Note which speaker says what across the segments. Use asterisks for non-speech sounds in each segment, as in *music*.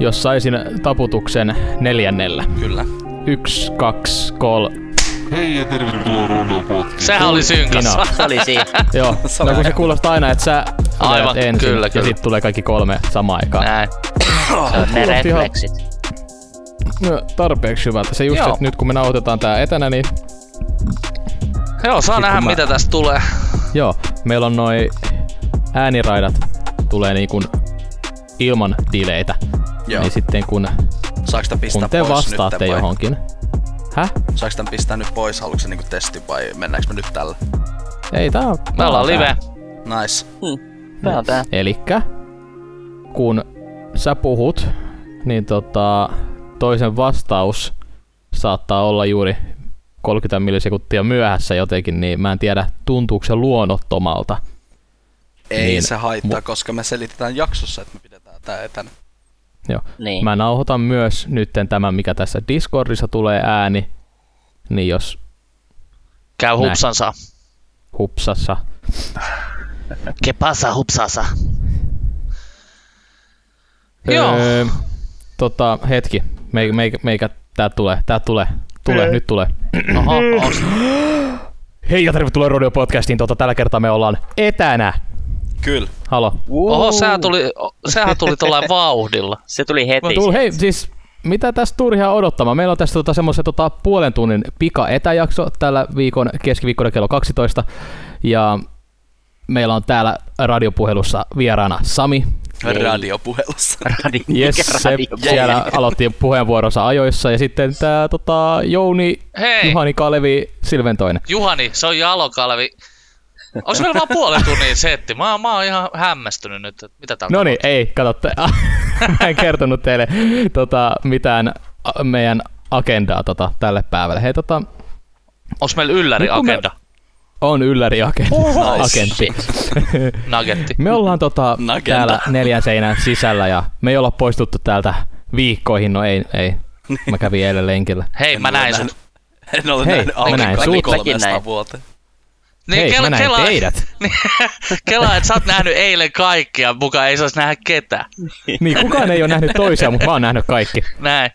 Speaker 1: jos saisin taputuksen neljännellä.
Speaker 2: Kyllä.
Speaker 1: Yksi, kaksi, kol...
Speaker 3: Hei ja tervetuloa Runopodcastiin.
Speaker 2: Sehän oli synkassa.
Speaker 1: Kino.
Speaker 4: Se oli
Speaker 1: *laughs*
Speaker 4: siinä.
Speaker 1: No,
Speaker 2: *laughs*
Speaker 1: Joo,
Speaker 2: Sama
Speaker 1: no kun se
Speaker 2: juttu.
Speaker 1: kuulostaa aina, että sä
Speaker 2: Aivan,
Speaker 1: olet ensin,
Speaker 2: kyllä,
Speaker 1: ja
Speaker 2: kyllä.
Speaker 1: sit tulee kaikki kolme samaan aikaan.
Speaker 4: Näin. Se on ne
Speaker 1: Kuulosti ihan-
Speaker 4: refleksit.
Speaker 1: No, tarpeeksi hyvältä. Se just,
Speaker 2: Joo.
Speaker 1: että nyt kun me nauhoitetaan tää etänä, niin
Speaker 2: Joo, saa
Speaker 1: Sit
Speaker 2: nähdä
Speaker 1: kun mä-
Speaker 2: mitä tästä tulee.
Speaker 1: joo, meillä on noi ääniraidat tulee niin kuin ilman tileitä.
Speaker 2: Joo.
Speaker 1: Niin sitten kun,
Speaker 5: Saaks tän pistää
Speaker 1: kun te
Speaker 5: pois
Speaker 1: vastaatte
Speaker 5: nytten vai?
Speaker 1: johonkin. Häh?
Speaker 5: Saaks tän pistää nyt pois? Haluatko se niinku testi vai mennäänkö me nyt tällä?
Speaker 1: Ei tää on.
Speaker 2: Me ollaan
Speaker 1: tää.
Speaker 2: live.
Speaker 5: Nice.
Speaker 4: Tää on tää.
Speaker 1: Elikkä, kun sä puhut, niin tota, toisen vastaus saattaa olla juuri 30 millisekuntia myöhässä jotenkin, niin mä en tiedä, tuntuuko se luonnottomalta.
Speaker 5: Ei
Speaker 1: Niin.
Speaker 5: se haittaa,
Speaker 1: Mu-
Speaker 5: koska me selitetään jaksossa, että me pidetään tää etänä.
Speaker 1: Joo.
Speaker 4: Niin.
Speaker 1: Mä nauhoitan myös nytten tämän, mikä tässä Discordissa tulee ääni, niin jos
Speaker 2: Käy
Speaker 1: Näin.
Speaker 2: hupsansa.
Speaker 1: hupsassa,
Speaker 4: Que pasa, hupsasa.
Speaker 2: Joo.
Speaker 1: Öö, tota, hetki, meikä, meikä, meikä tää tulee, tää tulee, tulee, nyt tulee.
Speaker 2: Oho,
Speaker 1: Mm.
Speaker 2: on
Speaker 1: Öö. Hei ja tervetuloa Radio Podcastiin, tota, tällä kertaa me ollaan etänä.
Speaker 5: Kyllä.
Speaker 1: Halo.
Speaker 2: Oho, sehän tuli, o- sehän tuli
Speaker 5: *laughs*
Speaker 2: tuolla vauhdilla.
Speaker 4: Se tuli heti.
Speaker 1: Mä tuun, hei, siis mitä tässä turhaa odottamaan? Meillä on tässä tota, semmoisen tota, puolen tunnin pika-etäjakso tällä viikon keskiviikkona kello 12. Ja meillä on täällä radiopuhelussa vieraana Sami.
Speaker 4: Ei.
Speaker 5: Radiopuhelussa. *laughs*
Speaker 4: Radi-
Speaker 1: Yes,
Speaker 4: mikä
Speaker 1: se
Speaker 4: radio-
Speaker 1: siellä aloitti puheenvuoronsa ajoissa. Ja sitten tämä tota, Jouni,
Speaker 2: Hei.
Speaker 1: Juhani Kalevi, Silventoinen.
Speaker 2: Juhani, se on Jalokalvi. Onks meillä vaan puolen tunnin setti? Mä, mä oon ihan hämmästynyt nyt, että mitä tää
Speaker 1: No niin, ei, katsotte. *laughs* Mä en kertonut teille tota, mitään a- meidän agendaa tota, tälle päivälle. Hei, tota,
Speaker 2: Onks meillä ylläri
Speaker 1: Nyt kun mä-
Speaker 2: agenda?
Speaker 1: on ylläri agenda. agentti.
Speaker 2: Nagetti.
Speaker 1: *laughs* Me ollaan tota,
Speaker 5: Nagenda.
Speaker 1: täällä neljän seinän sisällä ja me ei olla poistuttu täältä viikkoihin. No ei, ei. Mä kävin eilen lenkillä.
Speaker 2: Hei,
Speaker 5: En
Speaker 2: mä
Speaker 5: ole
Speaker 2: näin
Speaker 5: nähnyt.
Speaker 2: sut.
Speaker 5: En ole
Speaker 1: Hei,
Speaker 5: nähnyt
Speaker 1: mä näin
Speaker 5: aurinkoa
Speaker 1: sut.
Speaker 4: Mäkin näin.
Speaker 5: 300 vuoteen.
Speaker 1: Hei,
Speaker 2: Niin, kela-
Speaker 1: mä näin
Speaker 2: kelaa-
Speaker 1: teidät.
Speaker 2: *laughs* Niin, kelaa, että sä oot nähnyt eilen kaikkia, muka ei saisi nähdä ketään.
Speaker 1: Niin, kukaan ei ole nähnyt toisia, mutta mä oon nähnyt kaikki.
Speaker 2: Näin.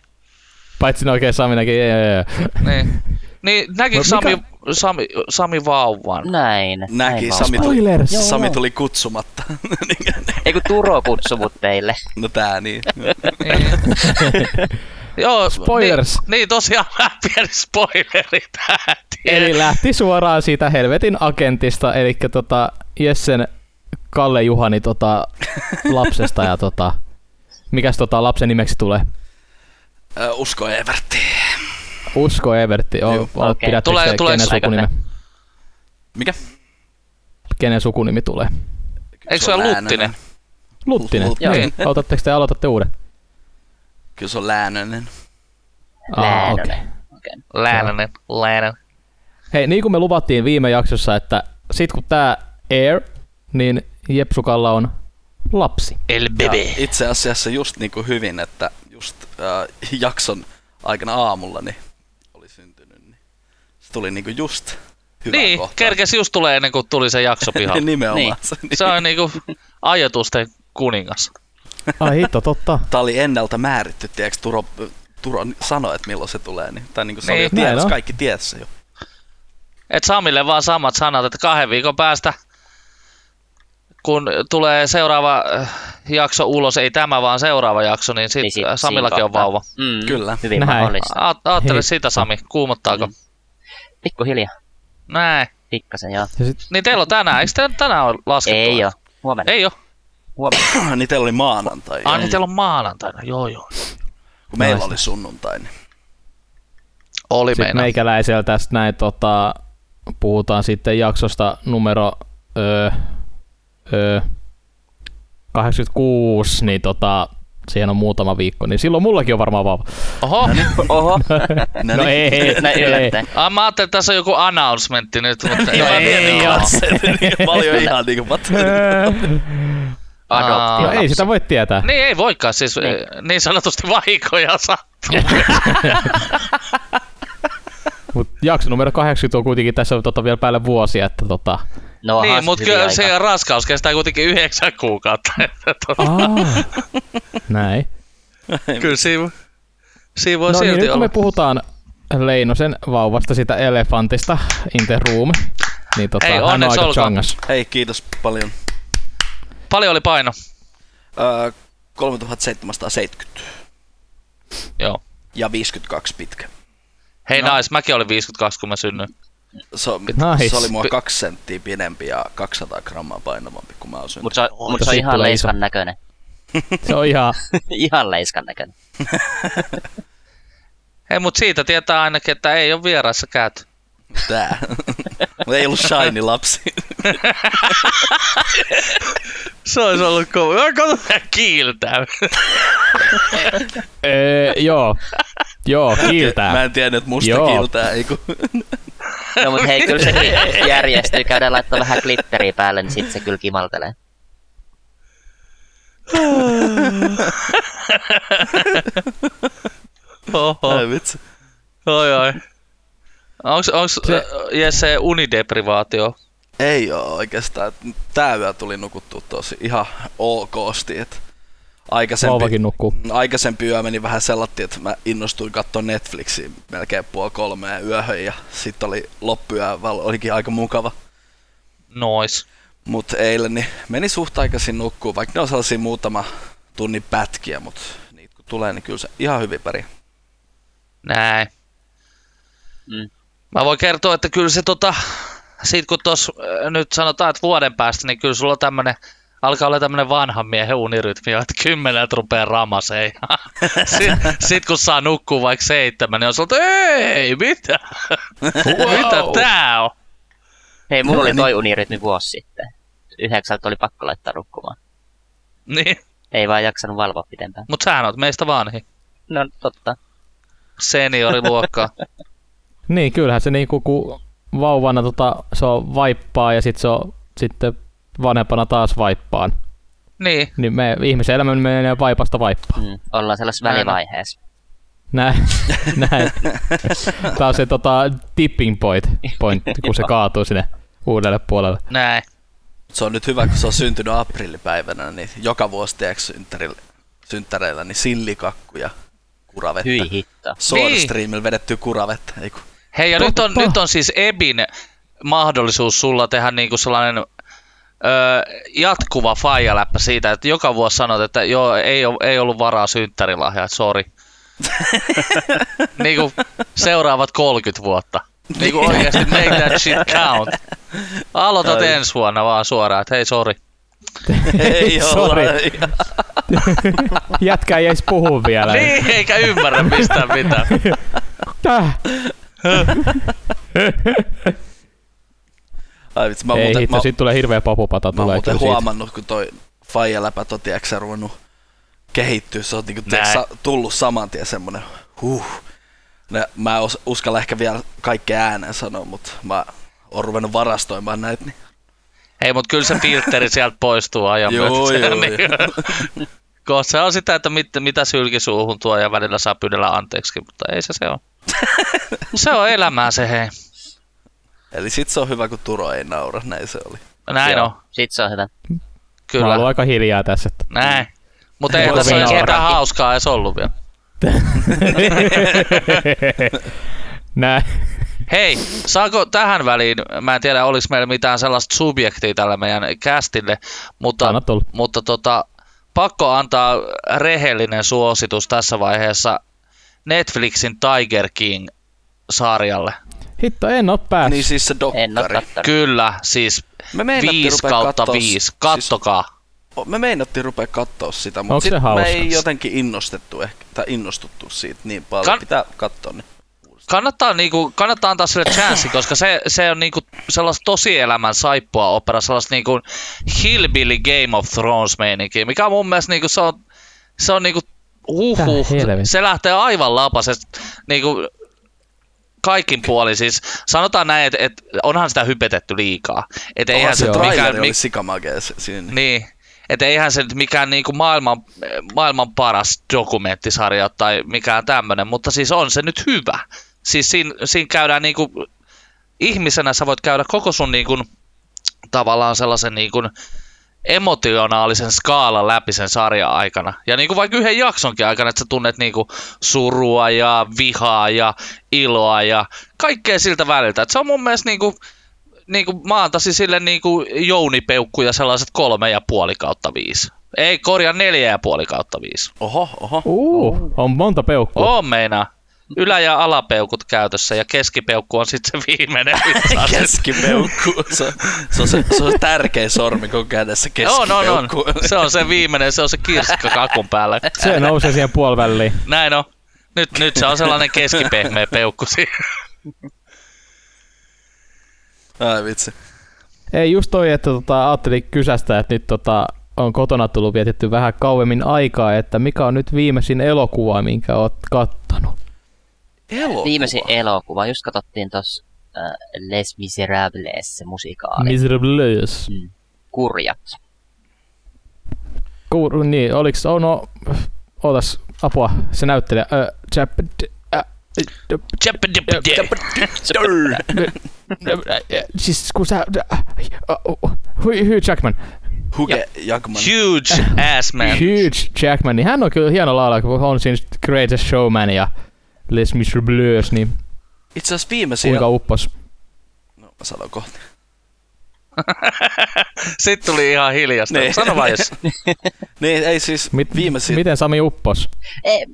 Speaker 1: Paitsi ne oikein Sami näki. jee, jee, jee.
Speaker 2: Niin. Niin, näkikö
Speaker 1: No
Speaker 2: Sami, Sami, Sami vauvan?
Speaker 4: Näin.
Speaker 5: Näki,
Speaker 4: näin
Speaker 5: Sami
Speaker 4: vaan.
Speaker 5: tuli,
Speaker 1: Spoilers.
Speaker 4: Joo,
Speaker 5: Sami
Speaker 4: joo.
Speaker 5: tuli kutsumatta. *laughs* Niin,
Speaker 4: Ei kun Turo kutsui mut teille.
Speaker 5: no tää
Speaker 2: *laughs*
Speaker 5: niin.
Speaker 2: Niin. Joo,
Speaker 1: Spoilers.
Speaker 2: Niin, niin tosiaan vähän pieni spoileri tähän.
Speaker 1: Eli lähti suoraan siitä helvetin agentista, eli tota Jessen Kalle Juhani tota, lapsesta ja tota, mikäs tota lapsen nimeksi tulee?
Speaker 5: Ö, Usko Evertti.
Speaker 1: Usko Evertti, on,
Speaker 5: Joo,
Speaker 1: olet
Speaker 4: okei.
Speaker 1: pidättekö
Speaker 2: Tulee-
Speaker 1: te,
Speaker 2: tulee-
Speaker 1: kenen sukunimi,
Speaker 5: Mikä?
Speaker 1: kenen sukunimi tulee?
Speaker 2: Eikö se ole Luttinen?
Speaker 1: Luttinen.
Speaker 5: Lut-
Speaker 1: Joo.
Speaker 2: Niin.
Speaker 1: Otatteko te aloitatte uuden?
Speaker 5: Kyllä se on Läänönen.
Speaker 1: Aa, okei.
Speaker 4: Läänönen. Okei.
Speaker 2: Läänänen, läänänen.
Speaker 1: Hei, niin kuin me luvattiin viime jaksossa, että sit kun tää air, niin Jepsukalla on lapsi.
Speaker 2: El
Speaker 5: Ja
Speaker 2: bebe.
Speaker 5: itse asiassa just niinku hyvin, että just äh, jakson aikana aamulla niin oli syntynyt, niin se tuli niinku just hyvään
Speaker 2: Niin,
Speaker 5: kohtaan. *laughs*
Speaker 2: kerkes just tulee ennen kuin tuli se jakso *laughs* pihalle.
Speaker 5: Nimenomaan.
Speaker 4: Niin.
Speaker 5: Se, niin.
Speaker 2: Se on niinku ajatusten kuningas.
Speaker 1: Ai hitto, totta.
Speaker 5: Tää oli ennalta määritty, tiedätkö, Turo, Turo sanoi, että milloin se tulee, niin, tai niinku se oli
Speaker 2: Niin. Mm.
Speaker 5: jo tiedossa,
Speaker 1: Niin, no.
Speaker 5: kaikki tiesi se jo.
Speaker 2: Et Samille vaan samat sanat, että kahden viikon päästä, kun tulee seuraava äh, jakso ulos, ei tämä vaan seuraava jakso, niin sit
Speaker 4: Niin sit-
Speaker 2: äh, Samillakin
Speaker 4: siinä
Speaker 2: on vauva.
Speaker 4: kohtaa. Mm,
Speaker 5: Kyllä. *clears throat*
Speaker 4: Hyvin
Speaker 1: Näin.
Speaker 4: mahdollista.
Speaker 2: A- Aattele
Speaker 1: Hei.
Speaker 2: sitä Sami, kuumottaako?
Speaker 4: Mm. Pikku hiljaa.
Speaker 2: Näin.
Speaker 4: Pikkasen joo.
Speaker 1: Ja sit,
Speaker 2: Niin teillä on tänään, eikö teillä tänään ole laskettu?
Speaker 4: Ei oo. Huomenna.
Speaker 2: Ei oo.
Speaker 4: Huomenna.
Speaker 5: niin teillä oli maanantai,
Speaker 2: Ai
Speaker 5: An...
Speaker 2: niin teillä on maanantaina, joo joo.
Speaker 5: kun meillä
Speaker 1: Naista.
Speaker 5: oli sunnuntai. Niin.
Speaker 2: Oli
Speaker 1: Sitten
Speaker 2: meina.
Speaker 1: meikäläisellä tästä näin tota, puhutaan sitten jaksosta numero öö, öö, 86, niin tota, siihen on muutama viikko, niin silloin mullakin on varmaan vauva.
Speaker 2: Oho.
Speaker 4: *laughs* Oho.
Speaker 5: No,
Speaker 1: No ei,
Speaker 5: *laughs*
Speaker 1: ei,
Speaker 4: Näin
Speaker 1: ei.
Speaker 4: yllättäen.
Speaker 2: Ah, mä ajattelin, että tässä on joku announcementti nyt,
Speaker 1: *laughs*
Speaker 2: mutta ei.
Speaker 1: No
Speaker 2: vaan
Speaker 1: ei
Speaker 5: niin
Speaker 2: vielä.
Speaker 1: oo.
Speaker 2: *laughs*
Speaker 5: Mä olin jo ihan niinku, what?
Speaker 1: *laughs*
Speaker 2: Aa.
Speaker 1: No
Speaker 4: Adoptio.
Speaker 1: ei sitä voi tietää.
Speaker 2: Ah, Niin ei voikaan, siis niin, niin sanotusti vaikoja
Speaker 1: Niin,
Speaker 2: sattuu.
Speaker 1: Mut jakso numero 80 on kuitenkin tässä on tota vielä päälle vuosi, että tota...
Speaker 4: No
Speaker 2: niin,
Speaker 4: onhan
Speaker 2: mutta
Speaker 4: hyvin
Speaker 2: kyllä
Speaker 4: aika.
Speaker 2: se
Speaker 1: *laughs* Ah.
Speaker 2: raskaus kestää kuitenkin yhdeksän kuukautta. Että tota-
Speaker 1: Aa, näin.
Speaker 2: *laughs* Kyllä siinä, siinä voi
Speaker 1: no niin,
Speaker 2: silti
Speaker 1: nyt kun
Speaker 2: olla.
Speaker 1: me puhutaan Leinosen vauvasta, sitä elefantista in the room, niin tota,
Speaker 2: Ei,
Speaker 1: hän on
Speaker 2: onneksi
Speaker 1: aika
Speaker 2: olkoon.
Speaker 1: changas.
Speaker 5: Hei, kiitos paljon.
Speaker 2: Paljon oli paino.
Speaker 5: Öö, 3770
Speaker 2: Joo.
Speaker 5: ja 52 pitkä.
Speaker 2: Hei
Speaker 5: No.
Speaker 2: no. nais, mäkin olin 52, kun mä synnyin.
Speaker 5: Se, on,
Speaker 1: Nice.
Speaker 5: se oli mua
Speaker 2: Py-
Speaker 5: kaksi senttiä pienempi ja 200 grammaa painavampi kuin mä oon syntynyt.
Speaker 4: Mut se, on- mut se on
Speaker 1: siitä
Speaker 4: ihan
Speaker 1: tulee iso.
Speaker 4: leiskan näköinen. *laughs*
Speaker 1: Se on ihan
Speaker 4: ihan leiskan näköinen.
Speaker 2: Ei, mut siitä tietää ainakin, että ei ole vieraissa käyty.
Speaker 1: *laughs*
Speaker 5: Tää. Mut ei ollut shiny lapsi.
Speaker 2: Se olisi ollut kova. Ai kato, tää kiiltää.
Speaker 1: Öö, joo. Joo,
Speaker 5: Mä
Speaker 1: kiiltää.
Speaker 5: en tiennyt, että musta
Speaker 1: Joo.
Speaker 5: kiiltää.
Speaker 1: *laughs*
Speaker 5: Ei kun...
Speaker 4: No mut hei, kyllä sekin järjestyy. Käydään laittaa vähän glitteriä päälle, niin sit se kyllä kimaltelee.
Speaker 2: Oho,
Speaker 1: Oh.
Speaker 5: Ai vitsi.
Speaker 2: oi oi. Onks, onks
Speaker 1: Se-
Speaker 2: se... Jesse unideprivaatio?
Speaker 5: Ei oo oikeastaan. Tää yö tuli nukuttua tosi ihan okosti. Et aikaisempi,
Speaker 1: Vauvakin nukkuu.
Speaker 5: Mm, aikaisempi yö meni vähän sellattiin, että mä innostuin katsoa Netflixiä melkein puoli kolmea yöhön ja sitten oli loppuyö, val- olikin aika mukava.
Speaker 2: Nois.
Speaker 5: Mut eilen niin meni suht aikaisin nukkuun, vaikka ne on sellaisia muutama tunnin pätkiä, mut niitä kun tulee, niin kyllä se ihan hyvin pärjää.
Speaker 2: Näin.
Speaker 4: Mm.
Speaker 2: Mm. Mä voin kertoa, että kyllä se tota, sit kun tos äh, nyt sanotaan, että vuoden päästä, niin kyllä sulla on tämmönen, alkaa olla tämmönen vanhan miehen unirytmi, että kymmeneltä rupeaa ramaseen. *laughs* Sitten sit kun saa nukkua vaikka seitsemän, niin on sulla, että ei, mitä? mitä tää on?
Speaker 4: Hei, mulla
Speaker 5: Niin,
Speaker 4: oli toi unirytmi vuosi sitten. Yhdeksältä oli pakko laittaa nukkumaan.
Speaker 2: Niin,
Speaker 4: Ei vaan jaksanut valvoa pitempään.
Speaker 2: mut sähän oot meistä vanhi.
Speaker 4: No totta.
Speaker 2: Senioriluokkaa.
Speaker 1: Niin, kyllähän se niinku, kun vauvana tota, se on vaippaa ja sit se on sitten vanhempana taas vaippaan.
Speaker 2: niin,
Speaker 1: Niin me ihmisen elämä menee vaipasta vaippaan.
Speaker 4: Mm. Ollaan sellaisessa
Speaker 2: Näin on.
Speaker 4: välivaiheessa.
Speaker 5: *laughs*
Speaker 1: Näin. Näin. Tää on se tota, tipping point, point kun se kaatuu sinne uudelle puolelle.
Speaker 2: näin.
Speaker 5: Se on nyt hyvä, kun se on syntynyt aprillipäivänä, niin joka vuosi tiedätkö synttärillä- synttäreillä, niin sillikakku ja kuravettä.
Speaker 4: Hyi hitto.
Speaker 1: Niin.
Speaker 5: Swordstreamilla vedetty kuravettä,
Speaker 1: *laughs*
Speaker 5: ei kun.
Speaker 2: Hei, ja nyt on, nyt on siis Ebin mahdollisuus sulla tehdä niinku sellainen öö, jatkuva faijaläppä siitä, että joka vuosi sanot, että joo, ei, oo- ei ollut varaa synttärilahjaa, että sori. niinku seuraavat 30 vuotta. Niinku oikeasti make that shit count. Aloitat
Speaker 5: Ai.
Speaker 2: ensi vuonna vaan suoraan, että hei sori.
Speaker 1: *laughs*
Speaker 5: Ei
Speaker 1: Sorry.
Speaker 5: olla. ei.
Speaker 1: Jätkä ei edes puhu vielä.
Speaker 2: Niin, eikä ymmärrä mistään mitään.
Speaker 1: Täh.
Speaker 5: Ai vitsi, mä oon
Speaker 1: ei
Speaker 5: muuten,
Speaker 1: hitto,
Speaker 5: mä,
Speaker 1: sit tulee hirveä papupata.
Speaker 5: mä oon
Speaker 1: tulee
Speaker 5: muuten
Speaker 1: kyllä siitä.
Speaker 5: huomannut, kun toi Faija-läpä on tiedätkö sä, ruvennut kehittyä. Se on niinku,
Speaker 2: Näin.
Speaker 5: tiedätkö, sä, tullut saman tien semmonen huh. Ne, mä en os, uskalla ehkä vielä kaikkea ääneen sanoa, mutta mä oon ruvennut varastoimaan näitä. Niin.
Speaker 2: Ei, mutta kyllä se filtteri sieltä poistuu ajan
Speaker 5: Joo,
Speaker 2: myötä.
Speaker 5: joo,
Speaker 2: Niin. *laughs* Kun se on sitä, että mit, mitä sylki suuhun tuo ja välillä saa pyydellä anteeksi, mutta ei se
Speaker 5: *laughs*
Speaker 2: se ole. se on elämää se hei.
Speaker 5: Eli sit se on hyvä, kun Turo ei naura, näin se oli.
Speaker 2: Näin on,
Speaker 4: Sit se on hyvä.
Speaker 1: Kyllä. Mä
Speaker 2: kyllä.
Speaker 1: oon ollut aika hiljaa tässä. että- *laughs*
Speaker 2: Näin. Mutta ei
Speaker 1: Kovin
Speaker 2: tässä ole
Speaker 1: nauraa.
Speaker 2: ketään hauskaa edes ollut vielä.
Speaker 1: Näin.
Speaker 2: Hei, saako tähän väliin, mä en tiedä oliko meillä mitään sellaista subjektia tällä meidän kästille, mutta
Speaker 1: Anna tulla.
Speaker 2: mutta tota, pakko antaa rehellinen suositus tässä vaiheessa Netflixin Tiger King-sarjalle.
Speaker 1: Hitto, en oo päässyt.
Speaker 5: Niin siis se
Speaker 4: En oo
Speaker 5: dokkari.
Speaker 4: kattonut.
Speaker 2: Kyllä, siis
Speaker 5: Me meinattiin
Speaker 2: 5
Speaker 5: rupea
Speaker 2: kautta
Speaker 5: kattoo s-
Speaker 2: 5.
Speaker 5: siis-
Speaker 2: Kattokaa.
Speaker 5: O- Me meinattiin rupea katsoa sitä,
Speaker 1: Onko
Speaker 5: mutta
Speaker 1: se
Speaker 5: sit me
Speaker 1: hauska?
Speaker 5: ei jotenkin innostettu ehkä, tai innostuttu siitä niin paljon.
Speaker 2: Kan-
Speaker 5: Pitää katsoa niin.
Speaker 2: Kannattaa, niinku, kannattaa antaa sille chanssi, koska se, se on niinku sellaista tosielämän saippua opera, sellaista niinku hillbilly Game of Thrones meininkiä, mikä on mun mielestä niinku, se on, se on niinku huhu,
Speaker 1: Mitä helvettiä?
Speaker 2: se lähtee aivan lapasesta niinku, kaikin puolin. Siis sanotaan näin, että et, onhan sitä hypetetty liikaa. Et eihän
Speaker 5: Eihän se
Speaker 2: se,
Speaker 1: joo.
Speaker 5: traileri
Speaker 2: mikään,
Speaker 5: oli
Speaker 2: mi,
Speaker 5: sikamagea se- siinä.
Speaker 2: Niin. Että eihän se nyt mikään niinku maailman, maailman paras dokumenttisarja ole tai mikään tämmöinen, mutta siis on se nyt hyvä. Siis siinä, siinä käydään niinku, ihmisenä sä voit käydä koko sun niinku, tavallaan sellaisen niinku, emotionaalisen skaalan läpi sen sarjan aikana. Ja niin kuin vaikka yhden jaksonkin aikana, että sä tunnet niin kuin surua ja vihaa ja iloa ja kaikkea siltä väliltä. Et se on mun mielestä niin kuin, niin kuin mä antaisin sille niin kuin jounipeukkuja sellaiset kolme ja puoli kautta viisi. Ei, korjaa neljä ja puoli kautta viisi.
Speaker 5: Oho, oho.
Speaker 1: Uh, on monta peukkua.
Speaker 2: On meinaa. Ylä- ja alapeukut käytössä ja keskipeukku on sitten se viimeinen.
Speaker 1: *laughs*
Speaker 2: mitä saa sitten.
Speaker 5: Keskipeukku. Se, on- se, on se, se on se tärkein sormi, kun on kädessä
Speaker 2: on, on, on.
Speaker 5: keskipeukku.
Speaker 2: Se on se viimeinen, se on se kirska kakun päällä.
Speaker 1: Se nousee siihen puoliväliin.
Speaker 2: Näin on. Nyt, nyt se on sellainen keskipehmeä peukku siinä.
Speaker 5: Ai vitsi.
Speaker 1: Ei just toi, että tota, ajattelin kysästä, että nyt tota, on kotona tullut vietetty vähän kauemmin aikaa, että mikä on nyt viimeisin elokuva, minkä oot kattanut.
Speaker 5: Elokuva.
Speaker 4: Viimeisin e- elokuva, just katsottiin tossa äh, Les Miserables, se musikaali.
Speaker 1: Miserables.
Speaker 4: Mm. Kurjat.
Speaker 1: Kuur, niin, oliks, oh, no, ootas, apua, se näyttelijä. Ö, chap, d- ä, d- ä, siis kun sä, d- ä, o- o- Hugh Hugh Jackman,
Speaker 5: Huge Jagman.
Speaker 2: Huge ass man.
Speaker 1: Huge Jackman, niin hän on kyllä hieno laulaja, kun on siinä Greatest Showman ja Les Miserables, niin
Speaker 5: Itse asiassa viimeisin...
Speaker 1: kuinka uppos.
Speaker 5: No, mä sanon kohta.
Speaker 2: Sitten tuli ihan hiljasta.
Speaker 5: Niin.
Speaker 2: Sano
Speaker 1: *laughs*
Speaker 2: vaan jos.
Speaker 5: Niin, ei siis
Speaker 1: Mit,
Speaker 5: viimeisin...
Speaker 1: Miten Sami uppos?
Speaker 4: Ei,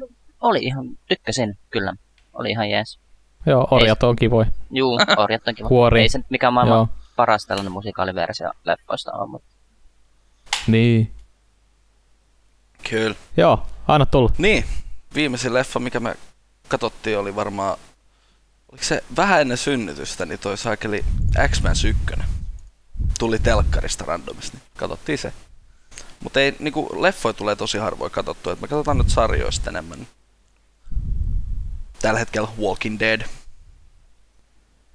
Speaker 4: no, oli ihan, tykkäsin kyllä. Oli ihan jees.
Speaker 1: Joo, orjat on kivoja.
Speaker 4: Juu, orjat on kiva.
Speaker 1: Kuori.
Speaker 4: Ei se nyt mikään maailman
Speaker 1: Joo.
Speaker 4: paras tällainen musikaaliversio leppoista on, mutta
Speaker 1: Niin.
Speaker 5: Kyllä.
Speaker 1: Joo, anna tulla.
Speaker 5: Niin, viimeisin leffa, mikä me katsottiin, oli varmaan... Oliko se vähän ennen synnytystä, niin toi saakeli X-Men 1. Tuli telkkarista randomista, niin katsottiin se. Mutta ei, niinku, leffoja tulee tosi harvoin katsottua, että me katsotaan nyt sarjoista enemmän. Tällä hetkellä Walking Dead.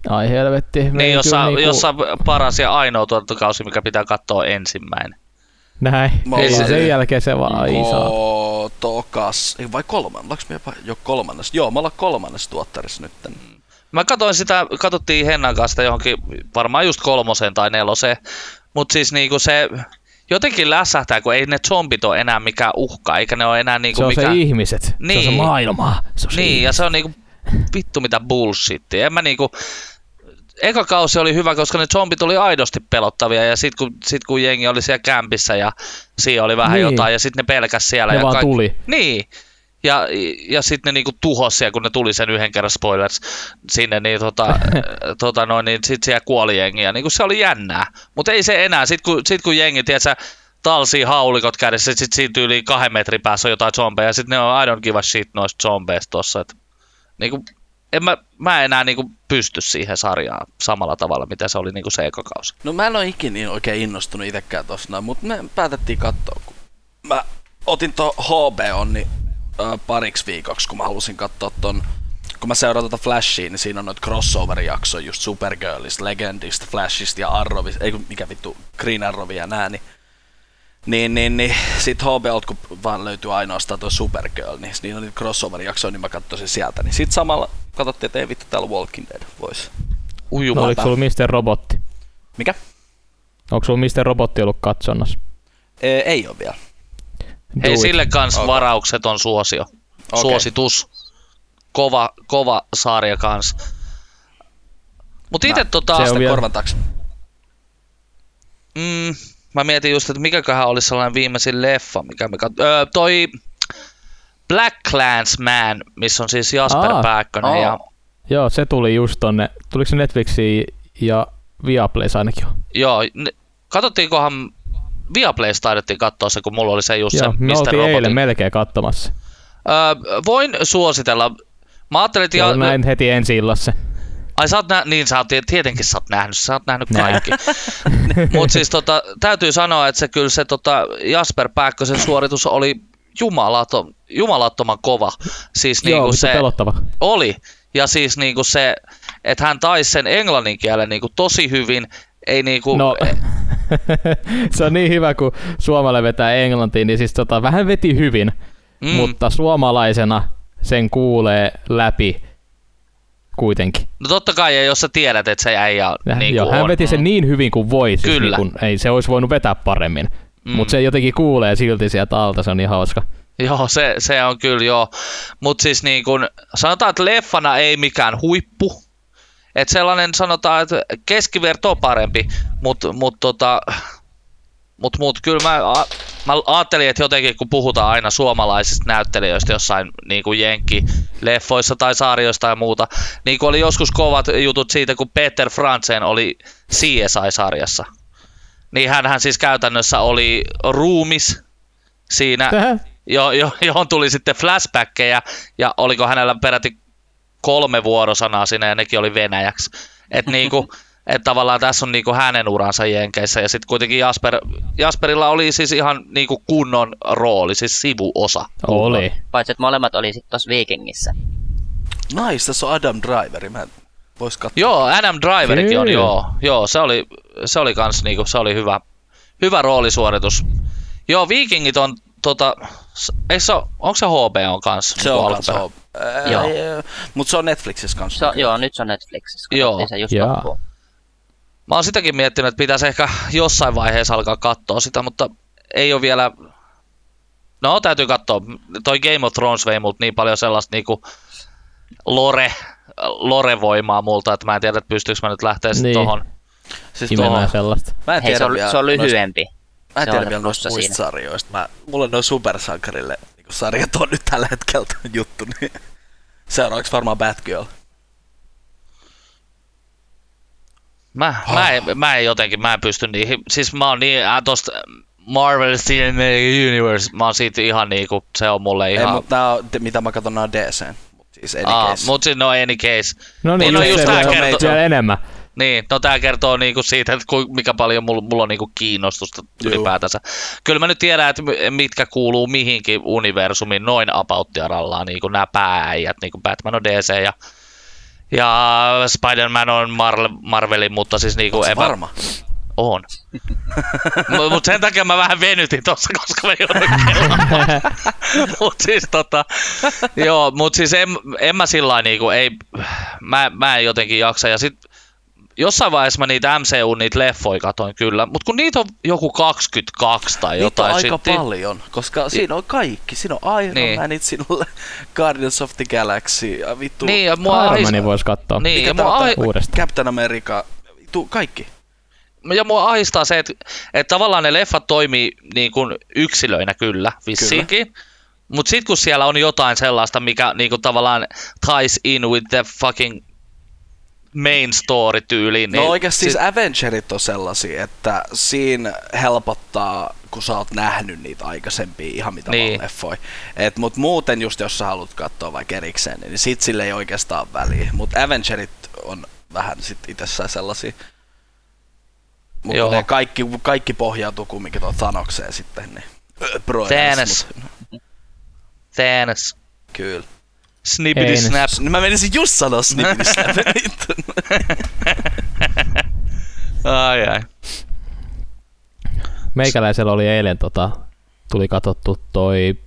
Speaker 1: Ai helvetti. me ei
Speaker 2: Niin, jossa,
Speaker 1: kyllä
Speaker 2: niinku...
Speaker 1: niinku-
Speaker 2: jossa paras ja ainoa tuotantokausi, mikä pitää katsoa ensimmäinen.
Speaker 1: Näin.
Speaker 5: Mä Niin, niinku
Speaker 1: Ei,
Speaker 5: ollaan-
Speaker 1: sen jälkeen se vaan ai saa.
Speaker 5: Oo, tokas. Ei, vai kolman? Ollaanko me jopa jo kolmannes? Joo, me ollaan kolmannes tuottarissa nytten.
Speaker 2: Mä katsoin sitä, katsottiin Hennan kanssa sitä johonkin varmaan just kolmoseen tai neloseen. Mutta siis niinku se jotenkin lässähtää, kun ei ne zombit ole enää mikään uhka, eikä ne ole enää niinku
Speaker 1: Se on
Speaker 2: mikään...
Speaker 1: se ihmiset. Se on
Speaker 2: Niin.
Speaker 1: se maailma. Se on se
Speaker 2: Niin, ja se on niinku vittu mitä bullshittiä. En mä niinku... Eka kausi oli hyvä, koska ne zombit oli aidosti pelottavia ja sit kun, sit kun jengi oli siellä kämpissä ja siinä oli vähän
Speaker 1: Niin.
Speaker 2: niin. jotain ja sitten ne pelkäs siellä.
Speaker 1: Ne
Speaker 2: ja
Speaker 1: vaan tuli.
Speaker 2: Niin. Ja, ja sitten ne niinku tuhosi kun ne tuli sen yhden kerran spoilers sinne, niin, tota,
Speaker 1: *laughs*
Speaker 2: äh, tota noin, niin sit siellä kuoli jengi ja niinku se oli jännää. Mutta ei se enää, sit kun, sit kun jengi, tiedätkö, talsii haulikot kädessä, sit, sit siinä tyyliin kahden metrin päässä on jotain zombeja ja sit ne on I don't give a shit noista zombeista tossa. Et, niinku, en mä, mä enää niinku pysty siihen sarjaan samalla tavalla, mitä se oli niinku se eka kausi.
Speaker 5: No mä en oo ikinä niin oikein innostunut itekään tossa noin, mut me päätettiin katsoa, kun mä otin tuon HBO niin, ö, pariksi viikoksi, kun mä halusin katsoa ton, kun mä seuraan tota Flashia, niin siinä on noita crossover-jaksoja just Supergirlista, Legendista, Flashista ja Arrowista, ei kun mikä vittu, Green Arrowia ja nää, niin niin, niin, niin. Sitten HBOlta, kun vaan löytyy ainoastaan tuo Supergirl, niin niin on niitä crossover-jaksoja, niin mä katsoin sen sieltä. Niin sitten samalla katsottiin, että ei vittu, täällä Walking Dead voisi.
Speaker 1: No, oliko
Speaker 2: Ujumata.
Speaker 1: sulla Mr. Robotti?
Speaker 5: Mikä?
Speaker 1: Onko sulla Mr. Robotti ollut katsonnassa?
Speaker 5: Ee, ei ole vielä.
Speaker 1: Do
Speaker 2: Hei,
Speaker 1: it.
Speaker 2: sille kans
Speaker 5: Okei.
Speaker 2: okay. varaukset on suosio.
Speaker 5: Okei.
Speaker 2: Okay. Suositus. Kova, kova sarja kans. Mut ite
Speaker 5: Mä-
Speaker 2: tota...
Speaker 1: Se on
Speaker 5: Sitä
Speaker 1: vielä-
Speaker 5: korvan taakse.
Speaker 2: Mm, mä mietin just, että mikäköhän oli sellainen viimeisin leffa, mikä me kat... öö, toi Black Clansman, missä on siis Jasper
Speaker 1: Aa.
Speaker 2: Aa, Pääkkönen
Speaker 5: Aa.
Speaker 2: ja...
Speaker 1: Joo, se tuli just tonne. Tuliko se Netflixiin ja Viaplays ainakin jo?
Speaker 2: Joo, ne, katsottiinkohan... Viaplaysta taidettiin katsoa se, kun mulla oli se just
Speaker 1: Joo,
Speaker 2: se
Speaker 1: me
Speaker 2: Mr.
Speaker 1: oltiin eilen
Speaker 2: Robotin. Me...
Speaker 1: melkein katsomassa.
Speaker 2: Öö, voin suositella. Mä ajattelin, että...
Speaker 1: Joo,
Speaker 2: ja-
Speaker 1: näin heti ensi illassa.
Speaker 2: Ai sä oot nä- niin sä oot, tietenkin sä oot nähnyt, sä oot nähnyt
Speaker 1: *laughs*
Speaker 2: kaikki. Mutta siis tota, täytyy sanoa, että se kyllä se tota, Jasper Pääkkösen suoritus oli jumalaton, jumalattoman kova. Siis
Speaker 1: Joo,
Speaker 2: niinku
Speaker 1: vittu
Speaker 2: se
Speaker 1: pelottava.
Speaker 2: oli. Ja siis niinku se, että hän taisi sen englannin kielen niinku tosi hyvin. Ei niinku,
Speaker 1: No, *laughs* se on niin hyvä, kun Suomalle vetää englantiin, niin siis tota, vähän veti hyvin, mm. mutta suomalaisena sen kuulee läpi, kuitenkin.
Speaker 2: No totta kai, ja jos sä tiedät, että se äijä
Speaker 1: Ja,
Speaker 2: niin
Speaker 1: niin joo,
Speaker 2: kuin
Speaker 1: hän
Speaker 2: on.
Speaker 1: veti sen niin hyvin kuin voi, siis
Speaker 2: Kyllä.
Speaker 1: Niin kuin, ei se olisi voinut vetää paremmin. Mm. Mutta se jotenkin kuulee silti sieltä alta, se on niin hauska.
Speaker 2: Joo, se, se on kyllä joo. Mutta siis niin kun, sanotaan, että leffana ei mikään huippu. Et sellainen sanotaan, että keskiverto on parempi, mutta mut, tota, mut, mut, kyllä mä, a- mä ajattelin, että jotenkin kun puhutaan aina suomalaisista näyttelijöistä jossain niin kuin jenki leffoissa tai saarioista ja muuta, niin kun oli joskus kovat jutut siitä, kun Peter Franzen oli CSI-sarjassa. Niin hänhän siis käytännössä oli ruumis siinä
Speaker 1: Tähä?
Speaker 2: jo, jo, *laughs* johon tuli sitten flashbackkejä, ja oliko hänellä peräti kolme vuorosanaa siinä, ja nekin oli venäjäksi. Et niinku, et tavallaan tässä on niinku hänen uransa Jenkeissä, ja sitten kuitenkin Jasper, Jasperilla oli siis ihan niinku kunnon rooli, siis sivuosa.
Speaker 1: Oli.
Speaker 4: Paitsi, että molemmat oli sitten tuossa Vikingissä.
Speaker 5: Nice, tässä on Adam Driveri. Mä en vois katsoa.
Speaker 2: Joo, Adam Driverikin on,
Speaker 1: Kyllä.
Speaker 2: joo. Joo, se oli, se oli kans niinku, se oli hyvä, hyvä roolisuoritus. Joo, Vikingit on tota, s- eikö se, onko se HB on kanssa?
Speaker 5: Se
Speaker 2: niinku
Speaker 5: on
Speaker 2: alkuperä?
Speaker 5: kanssa.
Speaker 4: Joo.
Speaker 5: Mutta se on Netflixissä kanssa.
Speaker 4: Se, on- joo, nyt se on Netflixissä.
Speaker 2: Joo.
Speaker 4: Joo. Se just
Speaker 1: Jaa.
Speaker 4: loppuun.
Speaker 2: Mä oon sitäkin miettinyt, että pitäisi ehkä jossain vaiheessa alkaa katsoa sitä, mutta ei ole vielä... No, täytyy katsoa. Toi Game of Thrones vei mut niin paljon sellaista niinku lore, lore-voimaa multa, että mä en tiedä, että pystyykö mä nyt lähteä sitten
Speaker 1: Niin.
Speaker 2: niin. tohon.
Speaker 5: Siis
Speaker 1: Imemään
Speaker 5: tuohon-
Speaker 1: sellaista.
Speaker 5: Mä en
Speaker 4: Hei, se
Speaker 5: tiedä
Speaker 4: on,
Speaker 5: vielä
Speaker 4: se on
Speaker 5: noista-
Speaker 4: lyhyempi.
Speaker 5: Mä en
Speaker 4: Se
Speaker 5: tiedä
Speaker 4: on
Speaker 5: vielä
Speaker 4: se
Speaker 5: noista
Speaker 4: plussa
Speaker 5: muista
Speaker 4: siinä.
Speaker 5: sarjoista. Mä, mulla on noin supersankarille niin sarjat on nyt tällä hetkellä tuon juttu, niin *laughs* seuraavaksi varmaan Batgirl.
Speaker 2: Mä,
Speaker 1: Ah.
Speaker 2: mä, en, mä en jotenkin, mä en pysty niihin. Siis mä oon niin, äh, tosta Marvel Cinematic Universe, mä oon siitä ihan niinku, se on mulle
Speaker 5: Ei,
Speaker 2: ihan...
Speaker 5: mutta nää on, te- mitä mä katson, nää on DC. Mut siis any
Speaker 2: Aa,
Speaker 5: case.
Speaker 2: mut siis no any case.
Speaker 1: No niin,
Speaker 2: Niin, no
Speaker 1: just
Speaker 2: just
Speaker 1: se
Speaker 2: tää
Speaker 1: vielä-
Speaker 2: kertoo-
Speaker 1: vielä enemmän.
Speaker 2: Niin, no tää kertoo niinku siitä, että ku- mikä paljon mulla, mulla on niinku kiinnostusta
Speaker 5: Juu.
Speaker 2: ylipäätänsä. Kyllä mä nyt tiedän, että mi- mitkä kuuluu mihinkin universumiin noin apauttiarallaan, niinku nämä päääijät, niinku Batman on DC ja, ja Spider-Man on Marvel, Marvelin, mutta siis niinku...
Speaker 5: Oot sä
Speaker 2: en mä-
Speaker 5: varma? *laughs*
Speaker 2: On. M- mut sen takia mä vähän venytin tossa, koska mä joudun kelaamaan. Mut siis tota, joo, mut siis en, en mä sillä lailla niinku, ei, mä, mä en jotenkin jaksa. Ja sit jossain vaiheessa mä niitä MCU, niitä leffoja katoin kyllä, mut kun niitä on joku 22 tai
Speaker 5: Niitä on
Speaker 2: jotain.
Speaker 5: aika
Speaker 2: shittiä.
Speaker 5: paljon, koska siinä on kaikki. Siinä on Iron
Speaker 2: Niin.
Speaker 5: niin. Manit, siinä on *laughs* Guardians of the Galaxy, ja vittu
Speaker 2: Niin, ja mua
Speaker 1: Iron
Speaker 2: ahis-
Speaker 1: Manin voisi katsoa.
Speaker 2: Niin,
Speaker 5: Mikä
Speaker 2: ja mua,
Speaker 5: tää on
Speaker 2: ahi-
Speaker 5: tää?
Speaker 1: Uudestaan.
Speaker 5: Captain America, vittu kaikki.
Speaker 2: ja mua ahistaa se, että, että tavallaan ne leffat toimii niin kuin yksilöinä kyllä, vissiinkin. Mutta sitten kun siellä on jotain sellaista, mikä niin kuin tavallaan ties in with the fucking main story tyyliin.
Speaker 5: No
Speaker 2: niin
Speaker 5: oikeasti
Speaker 2: sit-
Speaker 5: siis Avengerit on sellaisia, että siinä helpottaa, kun sä oot nähnyt niitä aikaisempia ihan mitä
Speaker 2: Niin.
Speaker 5: niin. leffoi. Et, mut muuten just jos sä haluat katsoa vaikka erikseen, niin sit sille ei oikeastaan väliä. Mut Avengerit on vähän sit itsessään sellaisia. Mut
Speaker 2: Joo.
Speaker 5: ne kaikki, kaikki pohjautuu kumminkin tuon Thanokseen sitten, niin Ö, broilers,
Speaker 2: Thanos.
Speaker 5: mut
Speaker 2: Thanos.
Speaker 5: Kyllä.
Speaker 2: Snippity
Speaker 1: Heinäs.
Speaker 2: snap.
Speaker 5: Niin Mä menisin just sanoa Snippity
Speaker 2: *laughs*
Speaker 5: Snap.
Speaker 2: Ai ai.
Speaker 1: Meikäläisellä oli eilen tota, tuli katsottu toi,